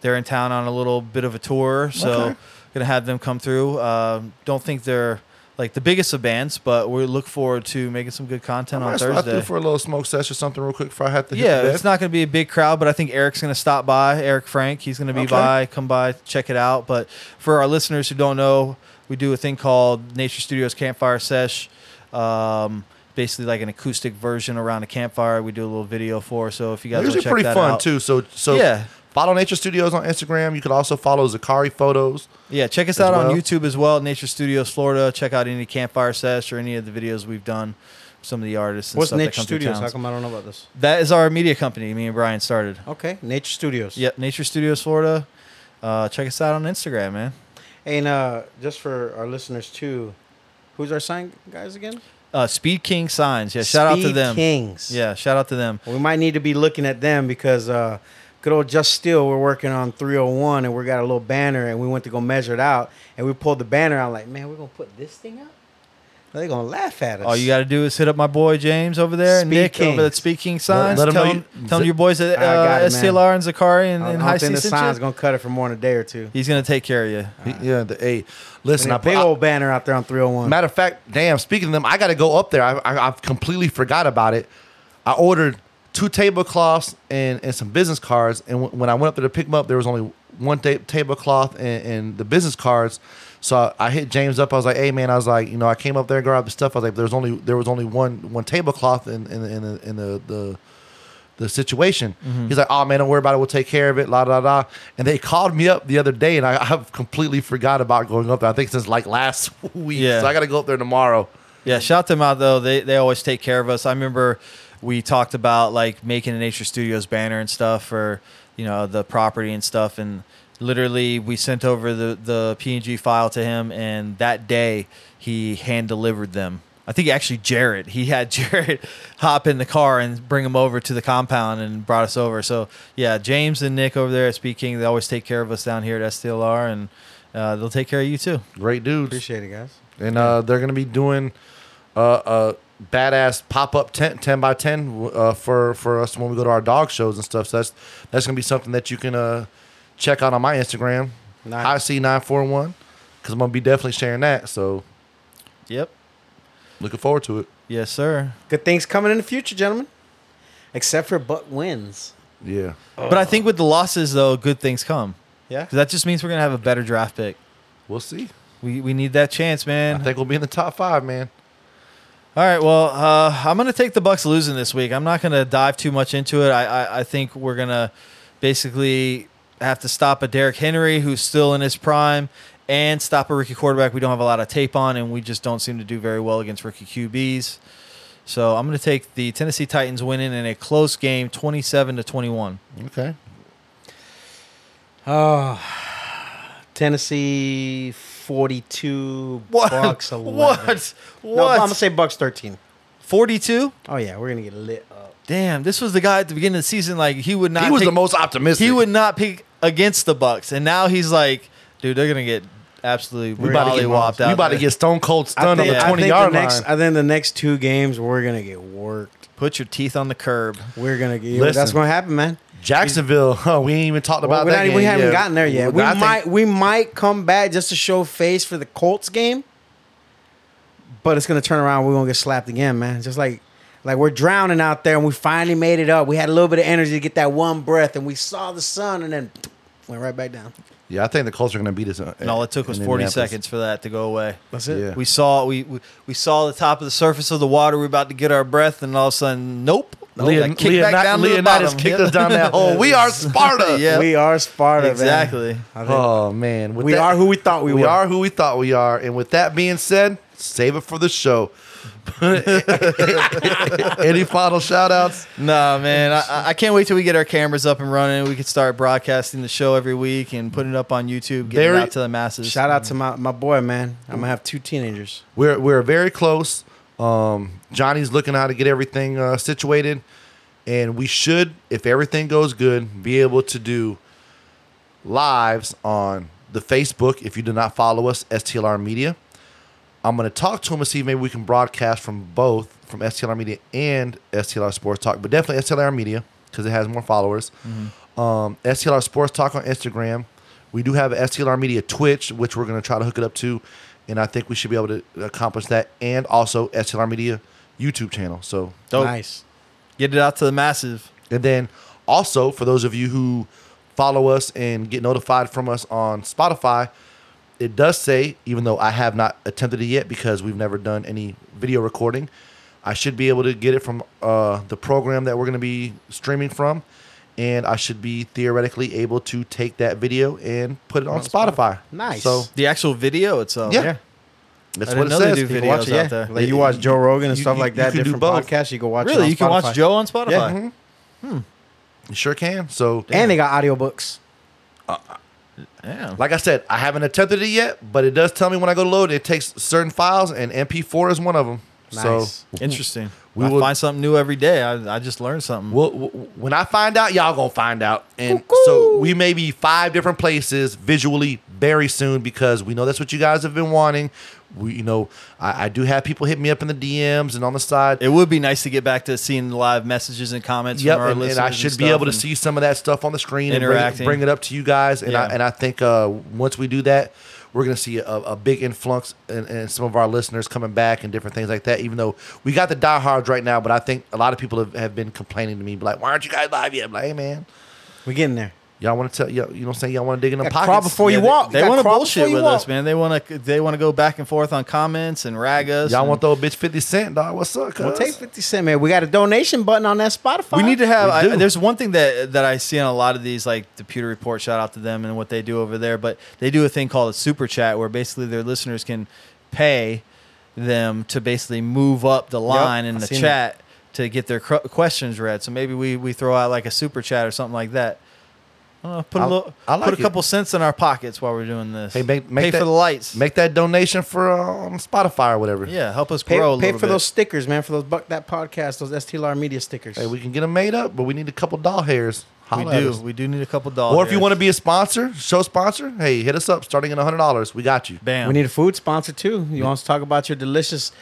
they're in town on a little bit of a tour, so gonna have them come through. Um, don't think they're like the biggest of bands, but we look forward to making some good content
I
on
slide through
Thursday.
for a little smoke sesh or something real quick before I have to. hit
Yeah,
the bed.
it's not going to be a big crowd, but I think Eric's going to stop by. Eric Frank, he's going to be
Okay.
by. Come by, check it out. But for our listeners who don't know, we do a thing called Nature Studios Campfire Sesh. Um, basically, like an acoustic version around a campfire. We do a little video for. So if you guys
usually
want to check
pretty
that
fun
out,
too. So so
Yeah.
Follow Nature Studios on Instagram. You could also follow Zakari Photos.
Yeah, check us
as
out
well.
on YouTube as well, Nature Studios Florida. Check out any campfire sesh or any of the videos we've done. Some of the artists. And
What's
stuff that
Nature
come through
Studios? How
towns.
come I don't know about this?
That is our media company. Me and Brian started.
Okay, Nature Studios.
Yep, Nature Studios Florida. Uh, check us out on Instagram, man.
And uh, just for our listeners too, who's our sign guys again?
Uh, Speed King signs. Yeah, shout out to
Speed
them.
Kings.
Yeah, shout out to them.
We might need to be looking at them because uh, good old Just Steel, we're working on 301 and we got a little banner and we went to go measure it out and we pulled the banner out like, man, we're going to put this thing up? They're going to laugh at us.
All Oh, you got to do is hit up my boy James over there,
Speed
Nick
Kings.
over at Speed King signs.
let 'em
tell
know
him,
you-
tell 'em your boys at
I got
uh,
it, man.
STLR and Zakari and,
I
and
don't
High
think the
Seas and
sign's
shit.
going to cut it for more than a day or two.
He's gonna take care of you.
yeah, the hey, listen, I,
And a big
I-
old banner out there on 301.
matter of fact, damn. Speaking of them, I got to go up there. I, I I've completely forgot about it. I ordered two tablecloths and and some business cards. And w- when I went up there to pick them up, there was only one ta- tablecloth and, and the business cards. So I, I hit James up. I was like, "Hey man," I was like, "You know, I came up there and grabbed the stuff." I was like, "There's only there was only one one tablecloth in in the- in the, in the, the the situation. He's like, oh man, don't worry about it. We'll take care of it. La da da. And they called me up the other day, and I, I've completely forgot about going up there. I think since like last *laughs* week,
Yeah.
so I got to go up there tomorrow.
Yeah, shout them out though. They they always take care of us. I remember we talked about like making a Nature Studios banner and stuff for you know the property and stuff, and literally we sent over the the PNG file to him, and that day he hand delivered them. I think actually Jared. He had *laughs* Jared hop in the car and bring him over to the compound and brought us over. So yeah, James and Nick over there at Speed King, they always take care of us down here at STLR, and uh, they'll take care of you too.
Great dudes,
Appreciate it, guys.
and uh, they're gonna be doing uh, a badass pop up tent, ten by ten, uh, for for us when we go to our dog shows and stuff. So that's that's gonna be something that you can uh, check out on my Instagram,
Nice.
I see nine four one, because I'm gonna be definitely sharing that. So
Yep.
looking forward to it.
Yes, sir.
Good things coming in the future, gentlemen. Except for Buck wins.
Yeah.
But I think with the losses, though, good things come.
Yeah.
'Cause that just means we're gonna have a better draft pick.
We'll see.
We we need that chance, man.
I think we'll be in the top five, man.
All right, well, uh, I'm going to take the Bucks losing this week. I'm not going to dive too much into it. I, I, I think we're going to basically have to stop a Derrick Henry who's still in his prime and stop a rookie quarterback we don't have a lot of tape on, and we just don't seem to do very well against rookie QBs. So I'm going to take the Tennessee Titans winning in a close game, 27 to 21.
Okay.
Oh,
Ah.
Tennessee 42,
*laughs*
Bucks 11.
*laughs* What?
No, I'm
What?
going to say Bucks 13.
42?
Oh, yeah, we're going to get lit up.
Damn, this was the guy at the beginning of the season. Like he would not.
He was
pick-
the most optimistic.
He would not pick against the Bucks, and now he's like, dude, they're gonna get absolutely
We about to get
mollywopped out.
We about to
there.
get Stone Cold stunned on
think-
the
I
I
twenty
think,
yard
the
line.
next, I think the next two games, we're going to get worked.
put your teeth on the curb.
We're going to get.
Listen.
that's going to happen, man.
Jacksonville. *laughs* Huh, we ain't even talked about
We're
that.
not- we
game
haven't
yet.
gotten there yet. We
I think-
might we might come back just to show face for the Colts game, but it's gonna turn around. We're gonna get slapped again, man. Just like like we're drowning out there, and we finally made it up. We had a little bit of energy to get that one breath, and we saw the sun, and then went right back down.
Yeah, I think the Colts are going to beat us. uh,
And all it took was
in
40
Indianapolis.
seconds for that to go away.
That's it.
Yeah.
We saw we, we we saw the top of the surface of the water. We were about to get our breath, and all of a sudden, nope. nope
Leon-
that kicked back down to the
Leonidas
bottom. Oh,
kicked
Yep.
us down
*laughs*
that hole. *laughs* We are Sparta.
Yeah.
We are Sparta, man.
Exactly.
I think
Oh man, With
we
that-
are who we thought we,
we
were.
are who we thought we are. And with that being said, save it for the show. *laughs* Any final shout outs?
Nah, man, I- I, I can't wait till we get our cameras up and running. We could start broadcasting the show every week and putting it up on YouTube, getting
Very-
it out to the masses.
Shout out to my, my boy, man. I'm gonna have two teenagers.
We're we're very close. Um, Johnny's looking how to get everything uh, situated, and we should, if everything goes good, be able to do lives on the Facebook. If you do not follow us, STLR Media, I'm going to talk to him and see if maybe we can broadcast from both from STLR Media and STLR Sports Talk, but definitely STLR Media because it has more followers. Um, STLR Sports Talk on Instagram. We do have a STLR Media Twitch, which we're going to try to hook it up to, and I think we should be able to accomplish that, and also STLR Media YouTube channel. So
Dope.
Nice.
Get it out to the masses.
and then also for those of you who follow us and get notified from us on Spotify, it does say, even though I have not attempted it yet because we've never done any video recording, I should be able to get it from uh, the program that we're going to be streaming from. And I should be theoretically able to take that video and put it on, Spotify.
Nice.
So
The actual video itself.
Yeah. that's
I
what
didn't
it
know they
says.
do
People
videos
watch it,
out
yeah.
there.
Like you watch Joe Rogan and
you-
stuff
you-
like
you
that,
can do
different
both.
podcasts. You go watch. it
Really,
on
you can
Spotify.
watch Joe on Spotify.
Yeah, mhm. You sure can. So
And they got audiobooks.
Damn.
Like I said, I haven't attempted it yet, but it does tell me when I go to load, it takes certain files, and MP4 is one of them.
Nice.
So
Interesting.
We
I
will-
find something new every day. I, I just learned something.
we'll, w- when I find out, y'all gonna find out. And so we may be five different places visually very soon because we know that's what you guys have been wanting. We, you know, I, I do have people hit me up in the DMs and on the side.
it would be nice to get back to seeing live messages and comments
Yep,
from our
and, and
listeners.
I should be
stuff
able to
and-
see some of that stuff on the screen and bring, it-
Interacting.
bring it up to you guys. And I
Yeah.
and I think uh, once we do that, we're gonna see a, a big influx and in, in some of our listeners coming back and different things like that. Even though we got the diehards right now, but I think a lot of people have, have been complaining to me like, "Why aren't you guys live yet?" I'm like, "Hey man,
We're getting there.
y'all want to tell y'all, you know what I'm saying? Y'all want to dig in the
Yeah,
pockets?
crawl before
Yeah,
you
they-
walk.
They,
You gotta
want to
crawl
bullshit
before you
with us,
walk.
man. They want to. They want to go back and forth on comments and rag us.
Y'all
and-
want the old bitch fifty cent dog? What's up? Cuz?
We'll take 50 Cent, man. We got a donation button on that Spotify.
We need to have.
We
I,
do.
there's one thing that that I see on a lot of these, like the Pewter Report. Shout out to them and what they do over there. But they do a thing called a super chat, where basically their listeners can pay them to basically move up the line in
I've
the
seen
chat to get their cr- questions read. So maybe we we throw out like a super chat or something like that. I don't know, put a
I-
little,
I like
put
it.
a couple cents in our pockets while we're doing this.
Hey, make, make
pay
that,
for the lights.
Make that donation for uh, on Spotify or whatever.
yeah, help us
pay,
grow a
pay
little
for
bit.
those stickers, man, for those Buck That Podcast, those STLR Media stickers.
Hey, we can get them made up, but we need a couple doll hairs.
we
Holla at
do.
us.
We do need a couple dollars.
Or if you want to be a sponsor, show sponsor, hey, hit us up starting at $100. We got you.
bam,
We need a food sponsor, too. You want us to talk about your delicious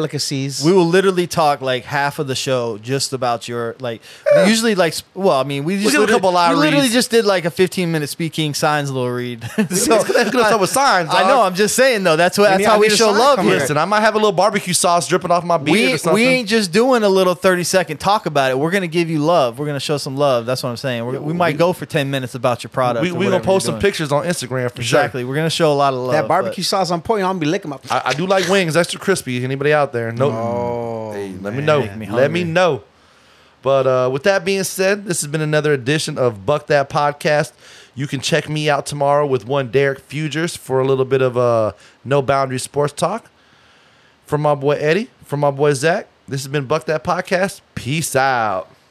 delicacies.
We will literally talk like half of the show just about your like. Usually, like, s- well, I mean, we just
did a
literally-
couple live
We literally
reads.
just did like a fifteen minute speaking signs little read. *laughs* so
That's gonna start with signs.
I
dog.
know. I'm just saying though. That's what.
I
That's
need- I
how we
need a
show
sign
love
from
here.
her.
Listen, I might have a little barbecue sauce dripping off my beard
We,
or something.
we ain't just doing a little 30 second talk about it. We're going to give you love. We're going to show some love. That's what I'm saying. We're, we might go for 10 minutes about your product.
we
or
we gonna
whatever
post
you're
some
doing.
pictures on Instagram for
Exactly. We're going to show a lot of love.
that barbecue
but-
sauce I'm pouring, I'm gonna be licking my.
sure. I, I do like wings, extra crispy. Anybody out there? No.
Oh,
Hey, let me
man,
know.
make me
let me
hungry.
know. But uh, with that being said, this has been another edition of Buck That Podcast. You can check me out tomorrow with one Derek Fugers for a little bit of uh, No Boundary Sports Talk. From my boy Eddie, from my boy Zach, this has been Buck That Podcast. Peace out.